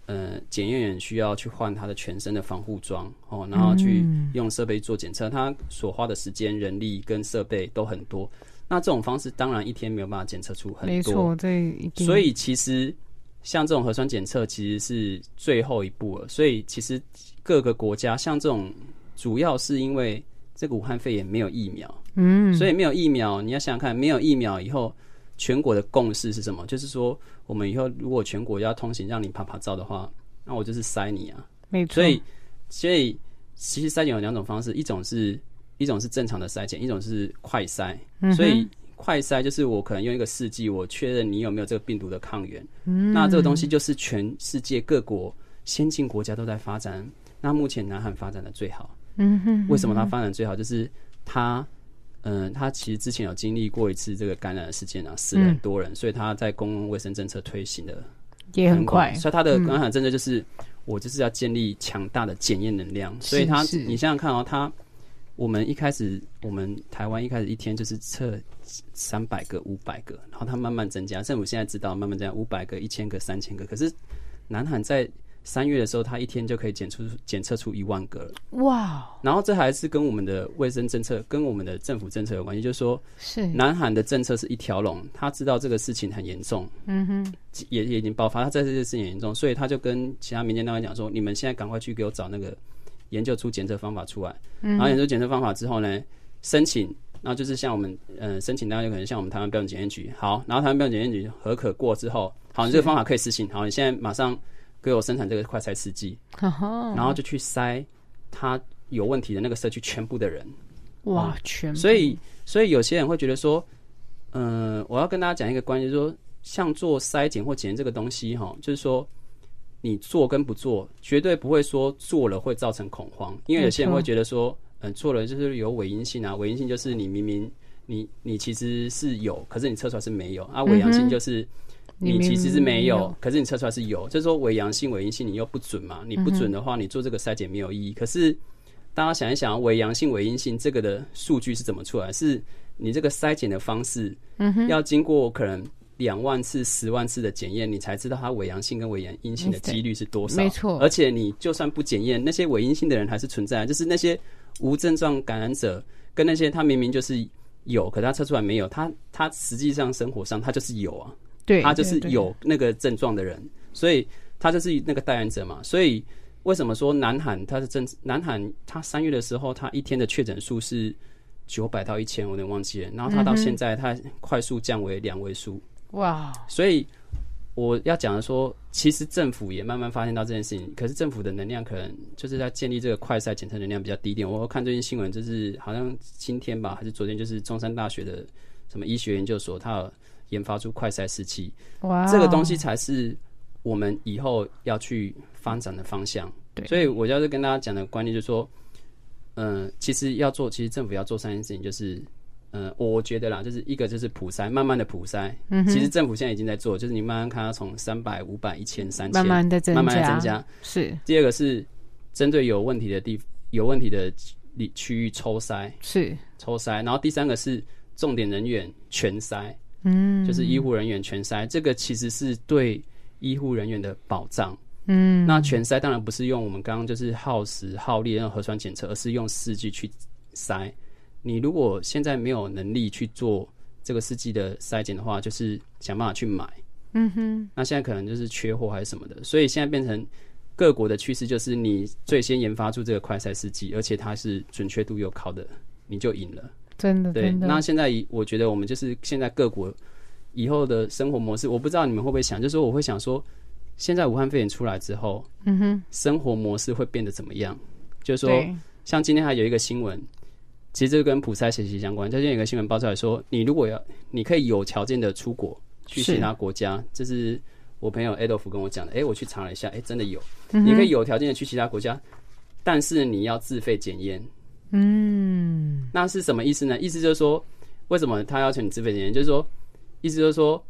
Speaker 8: 呃检验员需要去换他的全身的防护装哦，然后去用设备做检测，他所花的时间、人力跟设备都很多。那这种方式当然一天没有办法检测出很多，
Speaker 6: 没错，这一定
Speaker 8: 所以其实像这种核酸检测其实是最后一步了。所以其实各个国家像这种，主要是因为这个武汉肺炎没有疫苗，
Speaker 6: 嗯，
Speaker 8: 所以没有疫苗，你要想想看，没有疫苗以后，全国的共识是什么？就是说，我们以后如果全国要通行让你啪啪照的话，那我就是塞你啊。
Speaker 6: 没错，
Speaker 8: 所以，所以其实筛检有两种方式，一种是一种是正常的筛检，一种是快筛。
Speaker 6: 嗯
Speaker 8: 所以快筛就是我可能用一个试剂，我确认你有没有这个病毒的抗原。
Speaker 6: 嗯
Speaker 8: 那这个东西就是全世界各国先进国家都在发展，那目前南韩发展的最好。
Speaker 6: 嗯哼，
Speaker 8: 为什么它发展最好？就是它，嗯、它其实之前有经历过一次这个感染的事件啊，死了很多
Speaker 6: 嗯
Speaker 8: 人，所以它在公共卫生政策推行的
Speaker 6: 也很快嗯
Speaker 8: 广，嗯所以它的感染政策就是、我就是要建立强大的检验能量。所以它，
Speaker 6: 是
Speaker 8: 你想想看哦，它我们一开始，我们台湾一开始一天就是测三百个、五百个，然后它慢慢增加。政府现在知道慢慢增加五百个、一千个、三千个，可是南韩在三月的时候，它一天就可以检出检测出一万个了。
Speaker 6: 哇，
Speaker 8: 然后这还是跟我们的卫生政策、跟我们的政府政策有关系，就是说，
Speaker 6: 是
Speaker 8: 南韩的政策是一条龙，他知道这个事情很严重，
Speaker 6: 嗯哼，
Speaker 8: 也也已经爆发，他在这件事情很严重，所以他就跟其他民间单位讲说，你们现在赶快去给我找那个研究出检测方法出来，然后研究检测方法之后呢，申请。然后就是像我们，呃，申请单位有可能像我们台湾标准检验局，好，然后台湾标准检验局核可过之后，好，你这个方法可以实行，好，你现在马上给我生产这个快筛试剂，
Speaker 6: 然后
Speaker 8: 然后就去筛他有问题的那个社区全部的人。
Speaker 6: 哇，全部
Speaker 8: 所以，所以有些人会觉得说，嗯、我要跟大家讲一个观念，就是说，像做筛检或检验这个东西，哈，就是说，你做跟不做，绝对不会说做了会造成恐慌，因为有些人
Speaker 6: 没错
Speaker 8: 会觉得说，嗯、做了就是有伪阴性啊，伪阴性就是你明明你你其实是有，可是你测出来是没有啊，伪阳性就是。
Speaker 6: 嗯你
Speaker 8: 你
Speaker 6: 明
Speaker 8: 其实是
Speaker 6: 明
Speaker 8: 没
Speaker 6: 没
Speaker 8: 有
Speaker 6: 有，
Speaker 8: 可是你测出来是有，就是说伪阳性、伪阴性你又不准嘛，你
Speaker 6: 嗯
Speaker 8: 不准的话，你做这个筛检没有意义。可是大家想一想，伪阳性、伪阴性这个的数据是怎么出来？是你这个筛检的方式，
Speaker 6: 嗯
Speaker 8: 要经过可能两万次、十万次的检验，你才知道它伪阳性跟伪阳阴性的几率是多少。
Speaker 6: 没错
Speaker 8: 而且你就算不检验，那啊些伪阴性的人还是存在，就是那些无症状感染者跟那些他明明就是有，可他测出来没有，他他实际上生活上他就是有啊，
Speaker 6: 对，
Speaker 8: 他就是有那个症状的人，所以他就是那个代言者嘛。所以为什么说南韩他是真？南韩他三月的时候，他一天的确诊数是九百到一千，我有点忘记了。然后他
Speaker 6: 嗯
Speaker 8: 到现在，他快速降为两位数。
Speaker 6: 哇，
Speaker 8: 所以我要讲的说，其实政府也慢慢发现到这件事情，可是政府的能量可能就是在建立这个快筛检测能量比较低一点。我看最近新闻，就是好像今天吧，还是昨天，就是中山大学的什么医学研究所，它有研发出快筛试剂，
Speaker 6: 哇，哦
Speaker 8: 这个东西才是我们以后要去发展的方向。
Speaker 6: 对
Speaker 8: 所以我要是跟大家讲的观念就是说，嗯、其实要做，其实政府要做三件事情，就是，呃，我觉得啦，就是一个就是普筛，慢慢的普筛，嗯、其实政府现在已经在做，就是你慢慢看它从三百、五百、一千、三千，
Speaker 6: 慢慢地增
Speaker 8: 慢慢地
Speaker 6: 加
Speaker 8: 增加。
Speaker 6: 是
Speaker 8: 第二个是针对有问题的地有问题的地区域抽筛，
Speaker 6: 是
Speaker 8: 抽筛，然后第三个是重点人员全筛，嗯，就是医护人员全筛，这个其实是对医护人员的保障。嗯，那全筛当然不是用我们刚刚就是耗时耗力那种核酸检测，而是用试剂去筛。你如果现在没有能力去做这个试剂的筛检的话，就是想办法去买。嗯哼，那现在可能就是缺货还是什么的，所以现在变成各国的趋势就是你最先研发出这个快筛试剂，而且它是准确度又高的，你就赢了。
Speaker 6: 真的
Speaker 8: 对，
Speaker 6: 真的，
Speaker 8: 那现在以我觉得我们就是现在各国以后的生活模式，我不知道你们会不会想，就是说我会想说，现在武汉肺炎出来之后，嗯哼，生活模式会变得怎么样？就是说，
Speaker 6: 对
Speaker 8: 像今天还有一个新闻，其实这个跟普筛学习相关。最近有一个新闻爆出来说，你如果要，你可以有条件的出国去
Speaker 6: 是
Speaker 8: 其他国家，这是我朋友 Adolf 跟我讲的。诶，我去查了一下，诶，真的有，你可以有条件的去其他国家，但是你要自费检验。嗯，那是什么意思呢？意思就是说，为什么他要求你自费检验？就是说，意思就是说，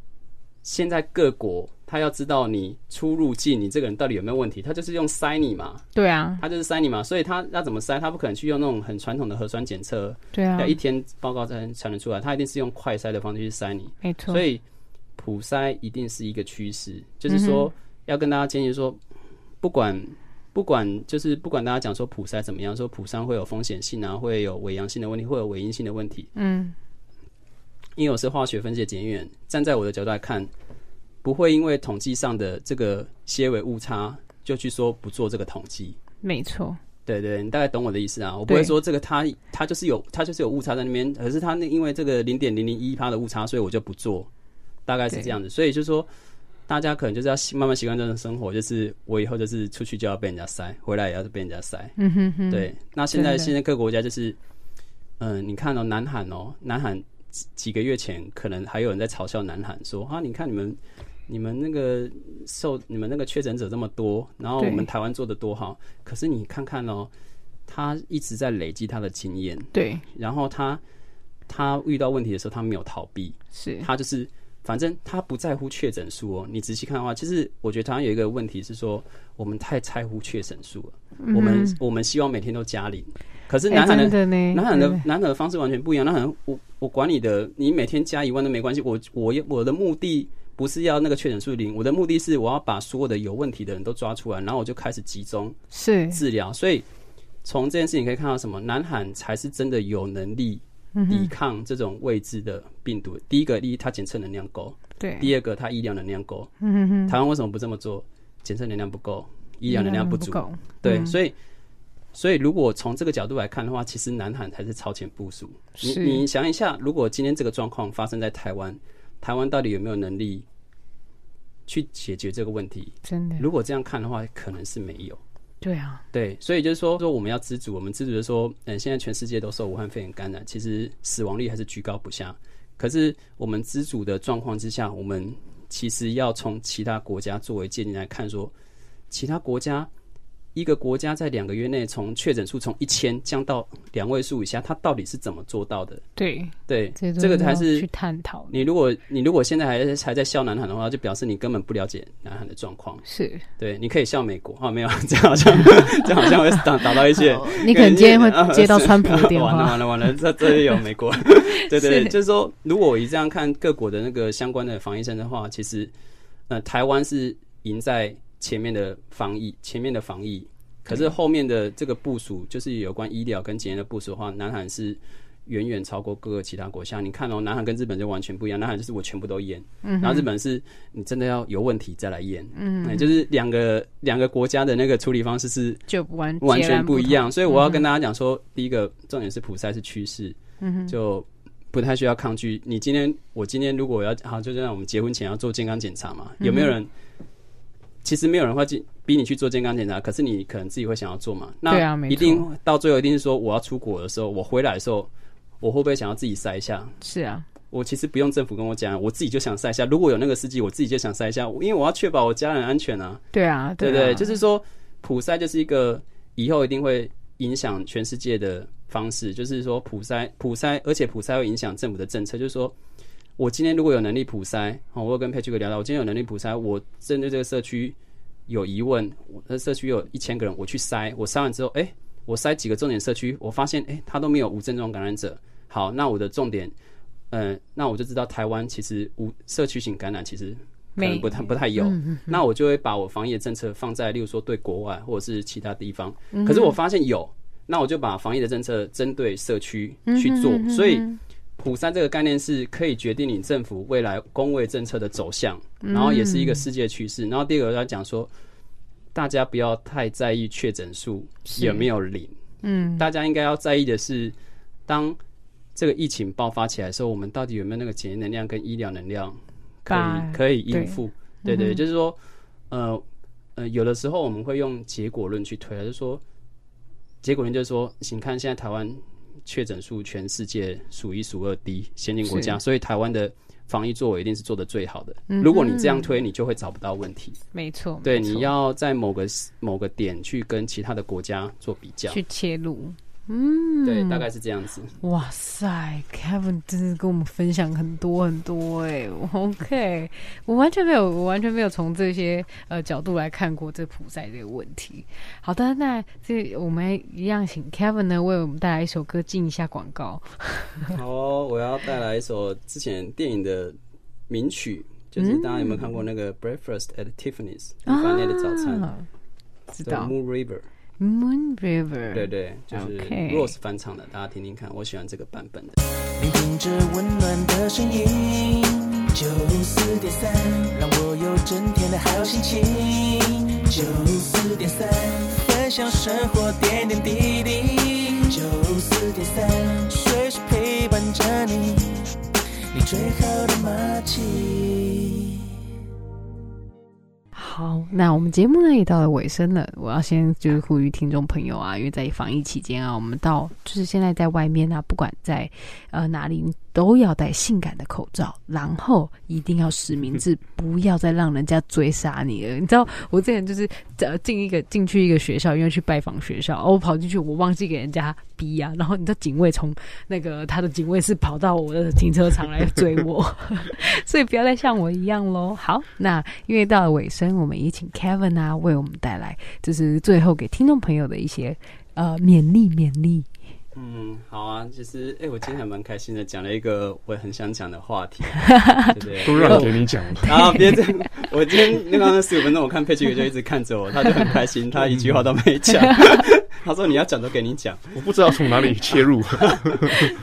Speaker 8: 现在各国他要知道你出入境，你这个人到底有没有问题，他就是用筛你嘛。
Speaker 6: 对啊
Speaker 8: 他就是筛你嘛，所以他要怎么筛？他不可能去用那种很传统的核酸检测，
Speaker 6: 对啊
Speaker 8: 要，一天报告才能才能出来，他一定是用快筛的方式去筛你。
Speaker 6: 没错，
Speaker 8: 所以普筛一定是一个趋势，就是
Speaker 6: 嗯
Speaker 8: 说要跟大家建议说，不管不管就是不管大家讲说普筛怎么样，说普筛会有风险性啊，会有伪阳性的问题，会有伪阴性的问题。嗯，因为我是化学分析的检验员，站在我的角度来看，不会因为统计上的这个些微误差就去说不做这个统计。
Speaker 6: 没错，
Speaker 8: 对对，你大概懂我的意思啊。我不会
Speaker 6: 对
Speaker 8: 说这个它它就是有它就是有误差在那边，可是它那因为这个零点零零一趴的误差，所以我就不做，大概是
Speaker 6: 对
Speaker 8: 这样子。所以就是说，大家可能就是要习慢慢习惯这种生活，就是我以后就是出去就要被人家塞，回来也要被人家塞。
Speaker 6: 嗯哼哼，
Speaker 8: 对，那现在
Speaker 6: 真的
Speaker 8: 现在各个国家就是，嗯、你看哦，南韩哦，南韩几几个月前可能还有人在嘲笑南韩说啊，你看你们你们那个受你们那个确诊者这么多，然后
Speaker 6: 对
Speaker 8: 我们台湾做的多好，可是你看看哦，他一直在累积他的经验，
Speaker 6: 对
Speaker 8: 然后他他遇到问题的时候，他没有逃避，
Speaker 6: 是，哎
Speaker 8: 他就是反正他不在乎确诊数哦。你仔细看的话，其实我觉得台湾有一个问题是说，我们太在乎确诊数了。我们我们希望每天都加零，可是
Speaker 6: 嗯哎
Speaker 8: 南韩
Speaker 6: 真
Speaker 8: 的、
Speaker 6: 的呢，
Speaker 8: 南韩的
Speaker 6: 对
Speaker 8: 南韩的方式完全不一样。南韩我我管你的，你每天加一万都没关系。我我我的目的。不是要那个确诊数零，我的目的是我要把所有的有问题的人都抓出来，然后我就开始集中
Speaker 6: 是
Speaker 8: 治疗。所以从这件事情可以看到什么？南韩才是真的有能力抵抗这种未知的病毒。第一个，第一，它检测能量够；
Speaker 6: 对，
Speaker 8: 第二个，它医疗能量够。台湾为什么不这么做？检测能量不够，医疗能量不嗯足。
Speaker 6: 够，
Speaker 8: 对，所以。所以，如果从这个角度来看的话，其实南韩才是超前部署。你
Speaker 6: 是
Speaker 8: 你想一下，如果今天这个状况发生在台湾，台湾到底有没有能力去解决这个问题？
Speaker 6: 真的，
Speaker 8: 如果这样看的话，可能是没有。
Speaker 6: 对啊，
Speaker 8: 对，所以就是说，说我们要知足，我们知足的说，嗯，现在全世界都受武汉肺炎感染，其实死亡率还是居高不下。可是我们知足的状况之下，我们其实要从其他国家作为借鉴来看说，其他国家一个国家在两个月内从确诊数从一千降到两位数以下，它到底是怎么做到的？
Speaker 6: 对，
Speaker 8: 对，
Speaker 6: 这
Speaker 8: 这个才
Speaker 6: 还
Speaker 8: 是
Speaker 6: 去探讨的，
Speaker 8: 你如果你如果现在还在还在笑南韩的话，就表示你根本不了解南韩的状况。
Speaker 6: 是
Speaker 8: 对，你可以笑美国啊、哦，没有， 这样好像这样好像会打打到 一些
Speaker 6: 好， 你可能今天会接到川普的电
Speaker 8: 啊完了
Speaker 6: 话
Speaker 8: 完，了完了，这这里有美 国，对对对，
Speaker 6: 是
Speaker 8: 就是说，如果我一这样看各国的那个相关的防疫政策的话，其实，呃，台湾是赢在前面的防疫，前面的防疫，可是后面的这个部署，就是有关医疗跟检验的部署的话，南韩是远远超过各个其他国家。你看哦，南韩跟日本就完全不一样，南韩就是我全部都验，
Speaker 6: 嗯
Speaker 8: 然后日本是你真的要有问题再来验，嗯、就是两个两个国家的那个处理方式是
Speaker 6: 就完
Speaker 8: 完
Speaker 6: 截
Speaker 8: 全
Speaker 6: 然
Speaker 8: 不
Speaker 6: 不
Speaker 8: 一
Speaker 6: 同。嗯
Speaker 8: 样。所以我要跟大家讲说，第一个重点是普赛是趋势，就不太需要抗拒。你今天，我今天如果要好，就像我们结婚前要做健康检查
Speaker 6: 嗯
Speaker 8: 嘛，有没有人？其实没有人会去逼你去做健康检查，可是你可能自己会想要做嘛。
Speaker 6: 对啊
Speaker 8: 那
Speaker 6: 没
Speaker 8: 一定
Speaker 6: 错
Speaker 8: 到最后一定是说，我要出国的时候，我回来的时候，我会不会想要自己塞一下？
Speaker 6: 是啊，
Speaker 8: 我其实不用政府跟我讲，我自己就想塞一下。如果有那个司机，我自己就想塞一下，因为我要确保我家人安全啊。
Speaker 6: 对啊，
Speaker 8: 对
Speaker 6: 啊
Speaker 8: 不对？就是说，普筛就是一个以后一定会影响全世界的方式，就是说普筛普筛，而且普筛会影响政府的政策，就是说。我今天如果有能力普筛，哦，我有跟佩奇哥聊到，我今天有能力普筛，我针对这个社区有疑问，我的社区有一千个人，我去筛，我筛完之后，哎、我筛几个重点社区，我发现，哎、他都没有无症状感染者。好，那我的重点，嗯、那我就知道台湾其实无社区型感染其实可能
Speaker 6: 没
Speaker 8: 不太不太有，那我就会把我防疫的政策放在，例如说对国外或者是其他地方。可是我发现有，那我就把防疫的政策针对社区去做。所以普筛这个概念是可以决定你政府未来公卫政策的走向，然后也是一个世界趋势。然后第二个要讲说，大家不要太在意确诊数有没有零，嗯，大家应该要在意的是当。这个疫情爆发起来的时候，我们到底有没有那个检验能量跟医疗能量可
Speaker 6: 把
Speaker 8: 以可以
Speaker 6: 对
Speaker 8: 应付？对嗯对，就是说，呃呃，有的时候我们会用结果论去推，就是说，结果论就是说，请看现在台湾确诊数全世界数一数二低，先进国家，所以台湾的防疫作为一定是做的最好的。如果你这样推，你就会找不到问题。
Speaker 6: 没错，
Speaker 8: 对，
Speaker 6: 没错
Speaker 8: 你要在某个某个点去跟其他的国家做比较，
Speaker 6: 去嗯切入。
Speaker 8: 对，大概是这样 子。
Speaker 6: 哇塞，Kevin 真是跟我们分享很多很多哎、OK，我完全没有，我完全没有从这些呃角度来看过这普赛这个问题。好的，那这我们一样请 Kevin 呢为我们带来一首歌，进一下广告。
Speaker 8: 好哦、我要带来一首之前电影的名曲，就是
Speaker 6: 嗯
Speaker 8: 大家有没有看过那个《Breakfast at Tiffany's》午饭店的早餐？
Speaker 6: 啊知
Speaker 8: 叫
Speaker 6: 道
Speaker 8: Moon River，
Speaker 6: Moon River，
Speaker 8: 对对，就是
Speaker 6: OK
Speaker 8: Rose 翻唱的，大家听听看，我喜欢这个版本的。
Speaker 7: 聆听着温暖的声音，九四点三，让我有整天的好心情。九四点三，分享生活点点滴滴。九四点三，随时陪伴着你，你最好的默契。
Speaker 6: 好，那我们节目呢也到了尾声了，我要先就是呼吁听众朋友啊，因为在防疫期间啊，我们到就是现在在外面啊，不管在呃哪里，你都要戴性感的口罩，然后一定要实名制，不要再让人家追杀你了。你知道我之前就是呃进一个进去一个学校，因为去拜访学校，哦，我跑进去我忘记给人家逼啊，然后你知道警卫从那个他的警卫室跑到我的停车场来追我。所以不要再像我一样喽。好，那因为到了尾声，我们也请 Kevin 啊为我们带来，就是最后给听众朋友的一些呃勉励勉励。
Speaker 8: 嗯，好啊，其实哎、我今天还蛮开心的，讲了一个我很想讲的话题，啊对不对？
Speaker 4: 都让给你讲了。
Speaker 8: 啊，别这样！我今天那刚刚十五分钟，我看佩奇哥就一直看着我，他就很 开心，他一句话都没讲。他说：“你要讲都给你讲。”
Speaker 4: 我不知道从哪里切入。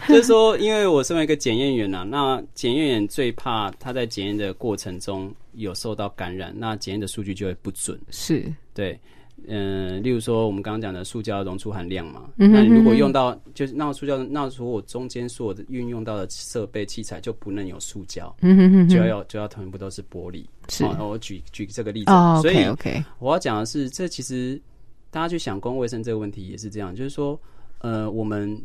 Speaker 8: 就是说，因为我身为一个检验员啊，那检验员最怕他在检验的过程中有受到感染，那检验的数据就会不准。
Speaker 6: 是，
Speaker 8: 对，嗯、例如说我们刚刚讲的塑胶溶出含量嘛，
Speaker 6: 嗯哼
Speaker 8: 那你如
Speaker 6: 嗯
Speaker 8: 果
Speaker 6: 哼
Speaker 8: 用到就是那塑胶，那如果中间所有的运用到的设备器材就不能有塑胶，
Speaker 6: 嗯哼哼
Speaker 8: 就
Speaker 6: 哼，
Speaker 8: 要就要全部都是玻璃。
Speaker 6: 是
Speaker 8: 哦我举举这个例子，
Speaker 6: 哦
Speaker 8: 所以
Speaker 6: ，OK OK，
Speaker 8: 我要讲的是，这其实大家去想公共卫生这个问题也是这样，就是说，呃，我们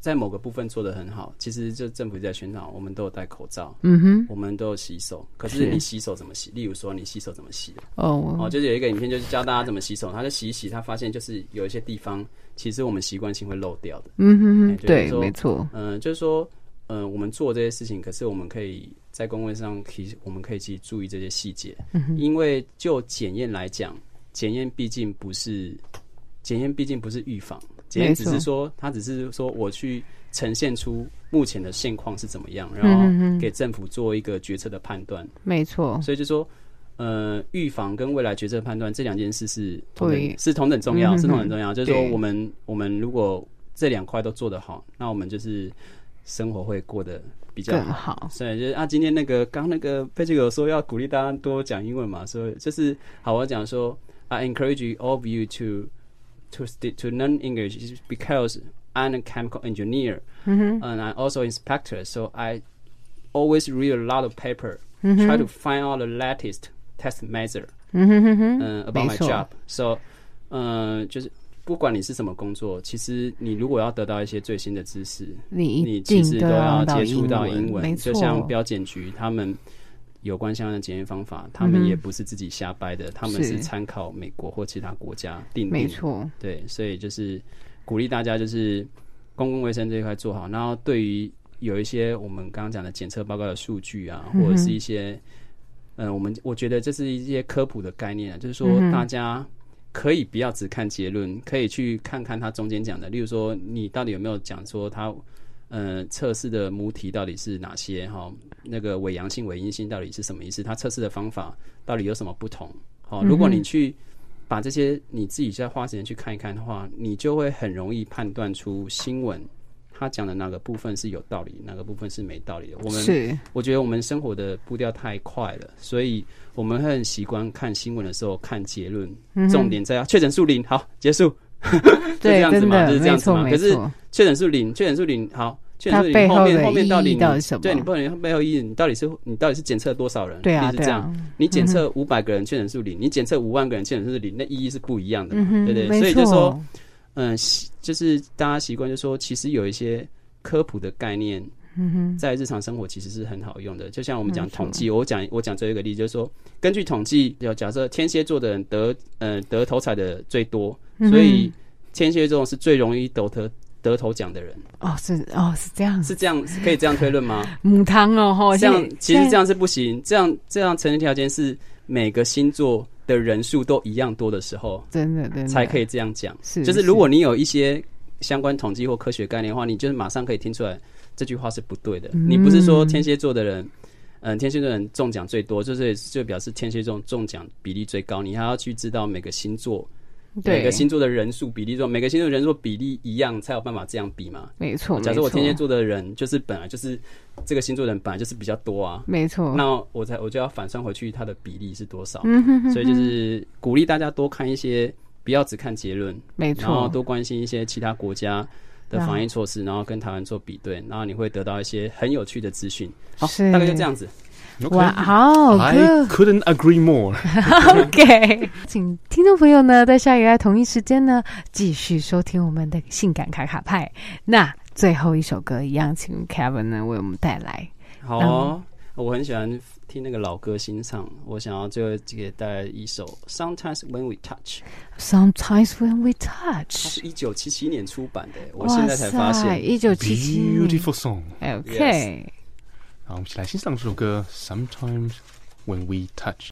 Speaker 8: 在某个部分做得很好，其实就政府在宣导，我们都有戴口罩，
Speaker 6: 嗯哼，
Speaker 8: 我们都有洗手，可是你洗手怎么洗？例如说，你洗手怎么洗的？哦，
Speaker 6: 哦，
Speaker 8: 就是有一个影片，就是教大家怎么洗手，他就洗一洗，他发现就是有一些地方，其实我们习惯性会漏掉的。
Speaker 6: 嗯哼
Speaker 8: 哎
Speaker 6: 哼，
Speaker 8: 就是
Speaker 6: 对，
Speaker 8: 说
Speaker 6: 没错，
Speaker 8: 嗯、就是说，呃，我们做这些事情，可是我们可以在工位上提，我们可以去注意这些细节，
Speaker 6: 嗯
Speaker 8: 因为就检验来讲，检验毕竟不是检验，毕竟不是预防，检验
Speaker 6: 没
Speaker 8: 只
Speaker 6: 错
Speaker 8: 是说，它只是说我去呈现出目前的现况是怎么样，
Speaker 6: 嗯
Speaker 8: 然
Speaker 6: 哼
Speaker 8: 后给政府做一个决策的判断，
Speaker 6: 没错，
Speaker 8: 所以就说。呃，预防跟未来决策判断这两件事是同
Speaker 6: 对
Speaker 8: 等是同等重
Speaker 6: 嗯
Speaker 8: 要，
Speaker 6: 哼
Speaker 8: 是同等重要。就是说，
Speaker 6: 对
Speaker 8: 我们我们如果这两块都做得好，那我们就是生活会过得比较
Speaker 6: 更
Speaker 8: 好。
Speaker 6: 好。
Speaker 8: 所以就是啊，今天那个刚那个佩奇有说要鼓励大家多讲英文嘛，所以就是好，我讲说，I encourage you- all of you to to st- to learn English is because I'm a chemical engineer
Speaker 6: Mm-hmm.
Speaker 8: and I'm also inspector, so I always read a lot of paper,
Speaker 6: Mm-hmm.
Speaker 8: try to find out the latest test measure 嗯
Speaker 6: Mm-hmm,
Speaker 8: about
Speaker 6: 没
Speaker 8: my
Speaker 6: 错
Speaker 8: job. So 嗯，就是不管你是什么工作，其实你如果要得到一些最新的知识，
Speaker 6: 你一
Speaker 8: 你其
Speaker 6: 定
Speaker 8: 实
Speaker 6: 都
Speaker 8: 都
Speaker 6: 要
Speaker 8: 要
Speaker 6: 到
Speaker 8: 接触到
Speaker 6: 英文
Speaker 8: 英
Speaker 6: 没
Speaker 8: 文，就
Speaker 6: 错
Speaker 8: 像标检局他们有关相关的检验方法，他们也不是自己瞎掰的，他们
Speaker 6: 嗯是
Speaker 8: 是参考美国或其他国家定定
Speaker 6: 没错，
Speaker 8: 对，所以就是鼓励大家就是公共卫生这一块做好，然后对于有一些我们刚刚讲的检测报告的数据啊，或者是一些嗯、呃我们我觉得这是一些科普的概念啊，就是说大家可以不要只看结论，可以去看看它中间讲的，例如说你到底有没有讲说它。呃，测试的母体到底是哪些？哈、那个伪阳性、伪阴性到底是什么意思？它测试的方法到底有什么不同？好、如果你去把这些你自己再花时间去看一看的话，你就会很容易判断出新闻他讲的哪个部分是有道理，哪个部分是没道理的。我们
Speaker 6: 是
Speaker 8: 我觉得我们生活的步调太快了，所以我们会很习惯看新闻的时候看结论，
Speaker 6: 嗯
Speaker 8: 重点在啊确诊数零，好结 束，就这
Speaker 6: 对，
Speaker 8: 样子
Speaker 6: 真
Speaker 8: 嘛，
Speaker 6: 的
Speaker 8: 就是这样
Speaker 6: 没
Speaker 8: 子
Speaker 6: 错
Speaker 8: 嘛。
Speaker 6: 没
Speaker 8: 可是
Speaker 6: 错，
Speaker 8: 确诊数零，确诊数零，好，确诊数
Speaker 6: 它背
Speaker 8: 零
Speaker 6: 后
Speaker 8: 后
Speaker 6: 的
Speaker 8: 面后面到
Speaker 6: 意
Speaker 8: 底
Speaker 6: 义到底
Speaker 8: 你
Speaker 6: 是什么
Speaker 8: 对你不能背后意义，你到底是你到底是检测多少人？
Speaker 6: 对啊嗯
Speaker 8: 例如是这样
Speaker 6: 对，
Speaker 8: 你检测五百个人确诊数零，你检测五万个人确诊数零，那意义是不一样的嘛，
Speaker 6: 嗯
Speaker 8: 对不对？所
Speaker 6: 没
Speaker 8: 以就说
Speaker 6: 错，，
Speaker 8: 嗯，习就是大家习惯就说，其实有一些科普的概念，
Speaker 6: 嗯
Speaker 8: 在日常生活其实是很好用的。就像我们讲统计，我讲我讲最后一个例子，就是说，根据统计，有假设天蝎座的人得呃得头彩的最多，
Speaker 6: 嗯
Speaker 8: 所以天蝎座是最容易得头得头奖的人，
Speaker 6: 哦是哦是这样，
Speaker 8: 是这样可以这样推 论吗？
Speaker 6: 母汤哦，吼，
Speaker 8: 这样
Speaker 6: 现在
Speaker 8: 其实这，样是不行，这样这样成立条件是每个星座的人数都一样多的时候，
Speaker 6: 现在真的真的
Speaker 8: 才可以这样讲。
Speaker 6: 是
Speaker 8: 就是
Speaker 6: 是
Speaker 8: 如果你有一些相关统计或科学概念的话，你就是马上可以听出来这句话是不对的。
Speaker 6: 嗯
Speaker 8: 你不是说天蝎座的人，嗯、天蝎座的人中奖最多，就是就表示天蝎座中奖比例最高。你还要去知道每个星座。
Speaker 6: 对
Speaker 8: 每个星座的人数比例中，每个星座的人数比例一样，才有办法这样比嘛。
Speaker 6: 没错，
Speaker 8: 假设我
Speaker 6: 没错
Speaker 8: 天蝎，座的人，就是本来就是这个星座的人本来就是比较多啊，
Speaker 6: 没错，
Speaker 8: 那我才我就要反算回去它的比例是多少。
Speaker 6: 嗯
Speaker 8: 所以就是鼓励大家多看一些，不要只看结论，
Speaker 6: 没
Speaker 8: 然后
Speaker 6: 错，啊
Speaker 8: 多关心一些其他国家的防疫措施，然后跟台湾做比对，然后你会得到一些很有趣的资讯。好，
Speaker 6: 是
Speaker 8: 大概就这样子。
Speaker 6: 哇哦
Speaker 4: I couldn't agree more.
Speaker 6: OK，请听众朋友呢，在下个礼拜同一时间呢，继续收听我们的性感卡卡派。那最后一首歌一样，请 Kevin 呢为我们带来。
Speaker 8: 好
Speaker 6: 嗯
Speaker 8: 哦、我很喜欢听那个老歌新唱，我想要最后给大家一首《Sometimes When We Touch》，
Speaker 6: Sometimes when we
Speaker 8: 它
Speaker 6: touch，
Speaker 8: 是一九七七年出版的，我现在才发现。
Speaker 6: 一九七七
Speaker 4: Beautiful song.
Speaker 6: OK。
Speaker 4: 好，我们一起来欣赏这首歌《Sometimes When We Touch》。